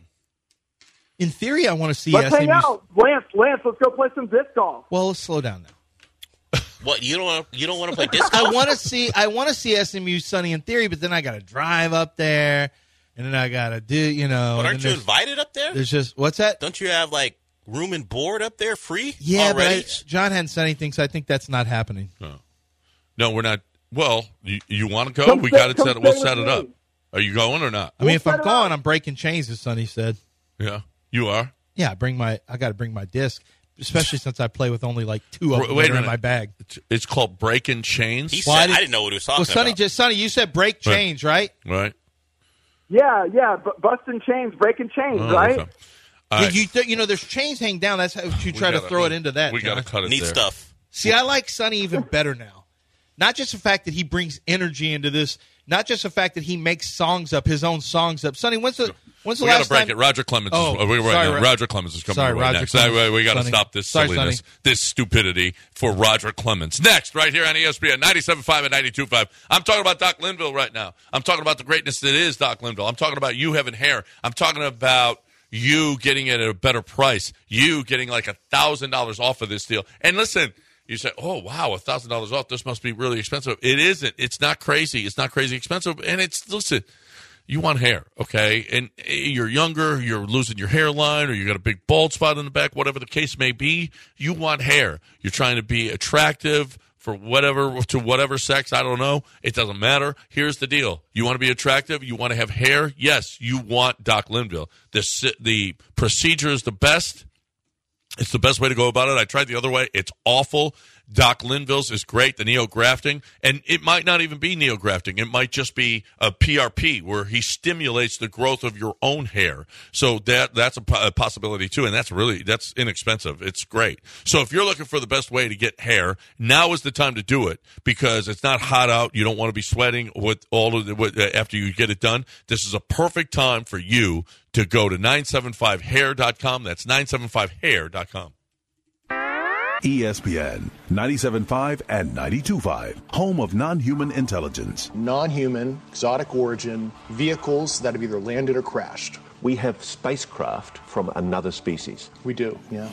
[SPEAKER 1] in theory, I want to see
[SPEAKER 14] let's hang
[SPEAKER 1] SMU.
[SPEAKER 14] out, Lance. Lance, let's go play some disc golf.
[SPEAKER 1] Well, let's slow down now.
[SPEAKER 5] What you don't wanna, you don't want to play disc golf?
[SPEAKER 1] I want to see I want to see SMU Sunny in theory, but then I got to drive up there, and then I got to do you know. Oh, and
[SPEAKER 5] But aren't
[SPEAKER 1] then
[SPEAKER 5] you
[SPEAKER 1] there's-
[SPEAKER 5] invited up there?
[SPEAKER 1] There's just what's that?
[SPEAKER 5] Don't you have like room and board up there free?
[SPEAKER 1] Yeah, but
[SPEAKER 5] already?
[SPEAKER 1] I, John hadn't said anything, so I think that's not happening.
[SPEAKER 4] No, we're not. Well, you, you want to go?
[SPEAKER 1] Come
[SPEAKER 4] we
[SPEAKER 1] sit-
[SPEAKER 4] got to
[SPEAKER 1] come
[SPEAKER 4] set it. We'll
[SPEAKER 1] stay
[SPEAKER 4] set
[SPEAKER 1] with
[SPEAKER 4] it
[SPEAKER 1] me.
[SPEAKER 4] up. Are you going or not?
[SPEAKER 1] I mean, if I'm gone, I'm breaking chains, as Sonny said.
[SPEAKER 4] yeah, you are.
[SPEAKER 1] Yeah, I bring my I got to bring my disc. especially since I play with only like two of
[SPEAKER 4] Wait
[SPEAKER 1] them
[SPEAKER 4] a
[SPEAKER 1] that are in
[SPEAKER 4] minute.
[SPEAKER 1] my bag.
[SPEAKER 4] It's- It's called breaking chains.
[SPEAKER 5] He said, I didn't know what he was talking
[SPEAKER 1] Well, Sonny,
[SPEAKER 5] about.
[SPEAKER 1] just Sonny, you said break
[SPEAKER 4] Right.
[SPEAKER 1] change, right?
[SPEAKER 4] Right.
[SPEAKER 14] Yeah, yeah, bu- busting chains, breaking chains,
[SPEAKER 4] Oh,
[SPEAKER 14] right?
[SPEAKER 4] okay. All right.
[SPEAKER 1] You, th- you know, there's chains hang down. That's how you try to
[SPEAKER 4] gotta-
[SPEAKER 1] throw it into that.
[SPEAKER 4] we
[SPEAKER 1] John.
[SPEAKER 4] gotta cut it Neat there. stuff.
[SPEAKER 1] See, I like Sonny even better now. Not just the fact that he brings energy into this. Not just the fact that he makes songs up, his own songs up. Sonny, when's the when's the
[SPEAKER 4] we got
[SPEAKER 1] last
[SPEAKER 4] to break
[SPEAKER 1] time?
[SPEAKER 4] it. Roger Clemens.
[SPEAKER 1] Oh,
[SPEAKER 4] is, we're right
[SPEAKER 1] sorry,
[SPEAKER 4] now.
[SPEAKER 1] Ro-
[SPEAKER 4] Roger Clemens is coming
[SPEAKER 1] Sorry,
[SPEAKER 4] your way
[SPEAKER 1] Roger
[SPEAKER 4] next.
[SPEAKER 1] Clemens.
[SPEAKER 4] That way we got to
[SPEAKER 1] Sonny.
[SPEAKER 4] stop this
[SPEAKER 1] Sorry,
[SPEAKER 4] silliness, this stupidity for Roger Clemens. Next, right here on E ESPN 97.5 and 92.5. I'm talking about Doc Linville right now. I'm talking about the greatness that is Doc Linville. I'm talking about you having hair. I'm talking about you getting it at a better price. You getting like a thousand dollars off of this deal. And listen. You say, "Oh wow, a thousand dollars off! This must be really expensive." It isn't. It's not crazy. It's not crazy expensive. And it's listen, you want hair, okay? And eh, you're younger, you're losing your hairline, or you got a big bald spot in the back, whatever the case may be. You want hair. You're trying to be attractive for whatever to whatever sex. I don't know. It doesn't matter. Here's the deal: you want to be attractive. You want to have hair. Yes, you want Doc Linville. The s- the procedure is the best. It's the best way to go about it. I tried the other way. It's awful. Doc Linville's is great, the neo grafting, and it might not even be neo grafting. It might just be a PRP where he stimulates the growth of your own hair. So that that's a, po- a possibility too, and that's really that's inexpensive. It's great. So if you're looking for the best way to get hair, now is the time to do it because it's not hot out. You don't want to be sweating with all of the with, uh, after you get it done. This is a perfect time for you to go to 975hair.com. That's 975hair.com.
[SPEAKER 2] E ESPN 97.5 and 92.5, home of non human intelligence.
[SPEAKER 15] non human, exotic origin, vehicles that have either landed or crashed.
[SPEAKER 16] We have spacecraft from another species.
[SPEAKER 15] We do, yeah.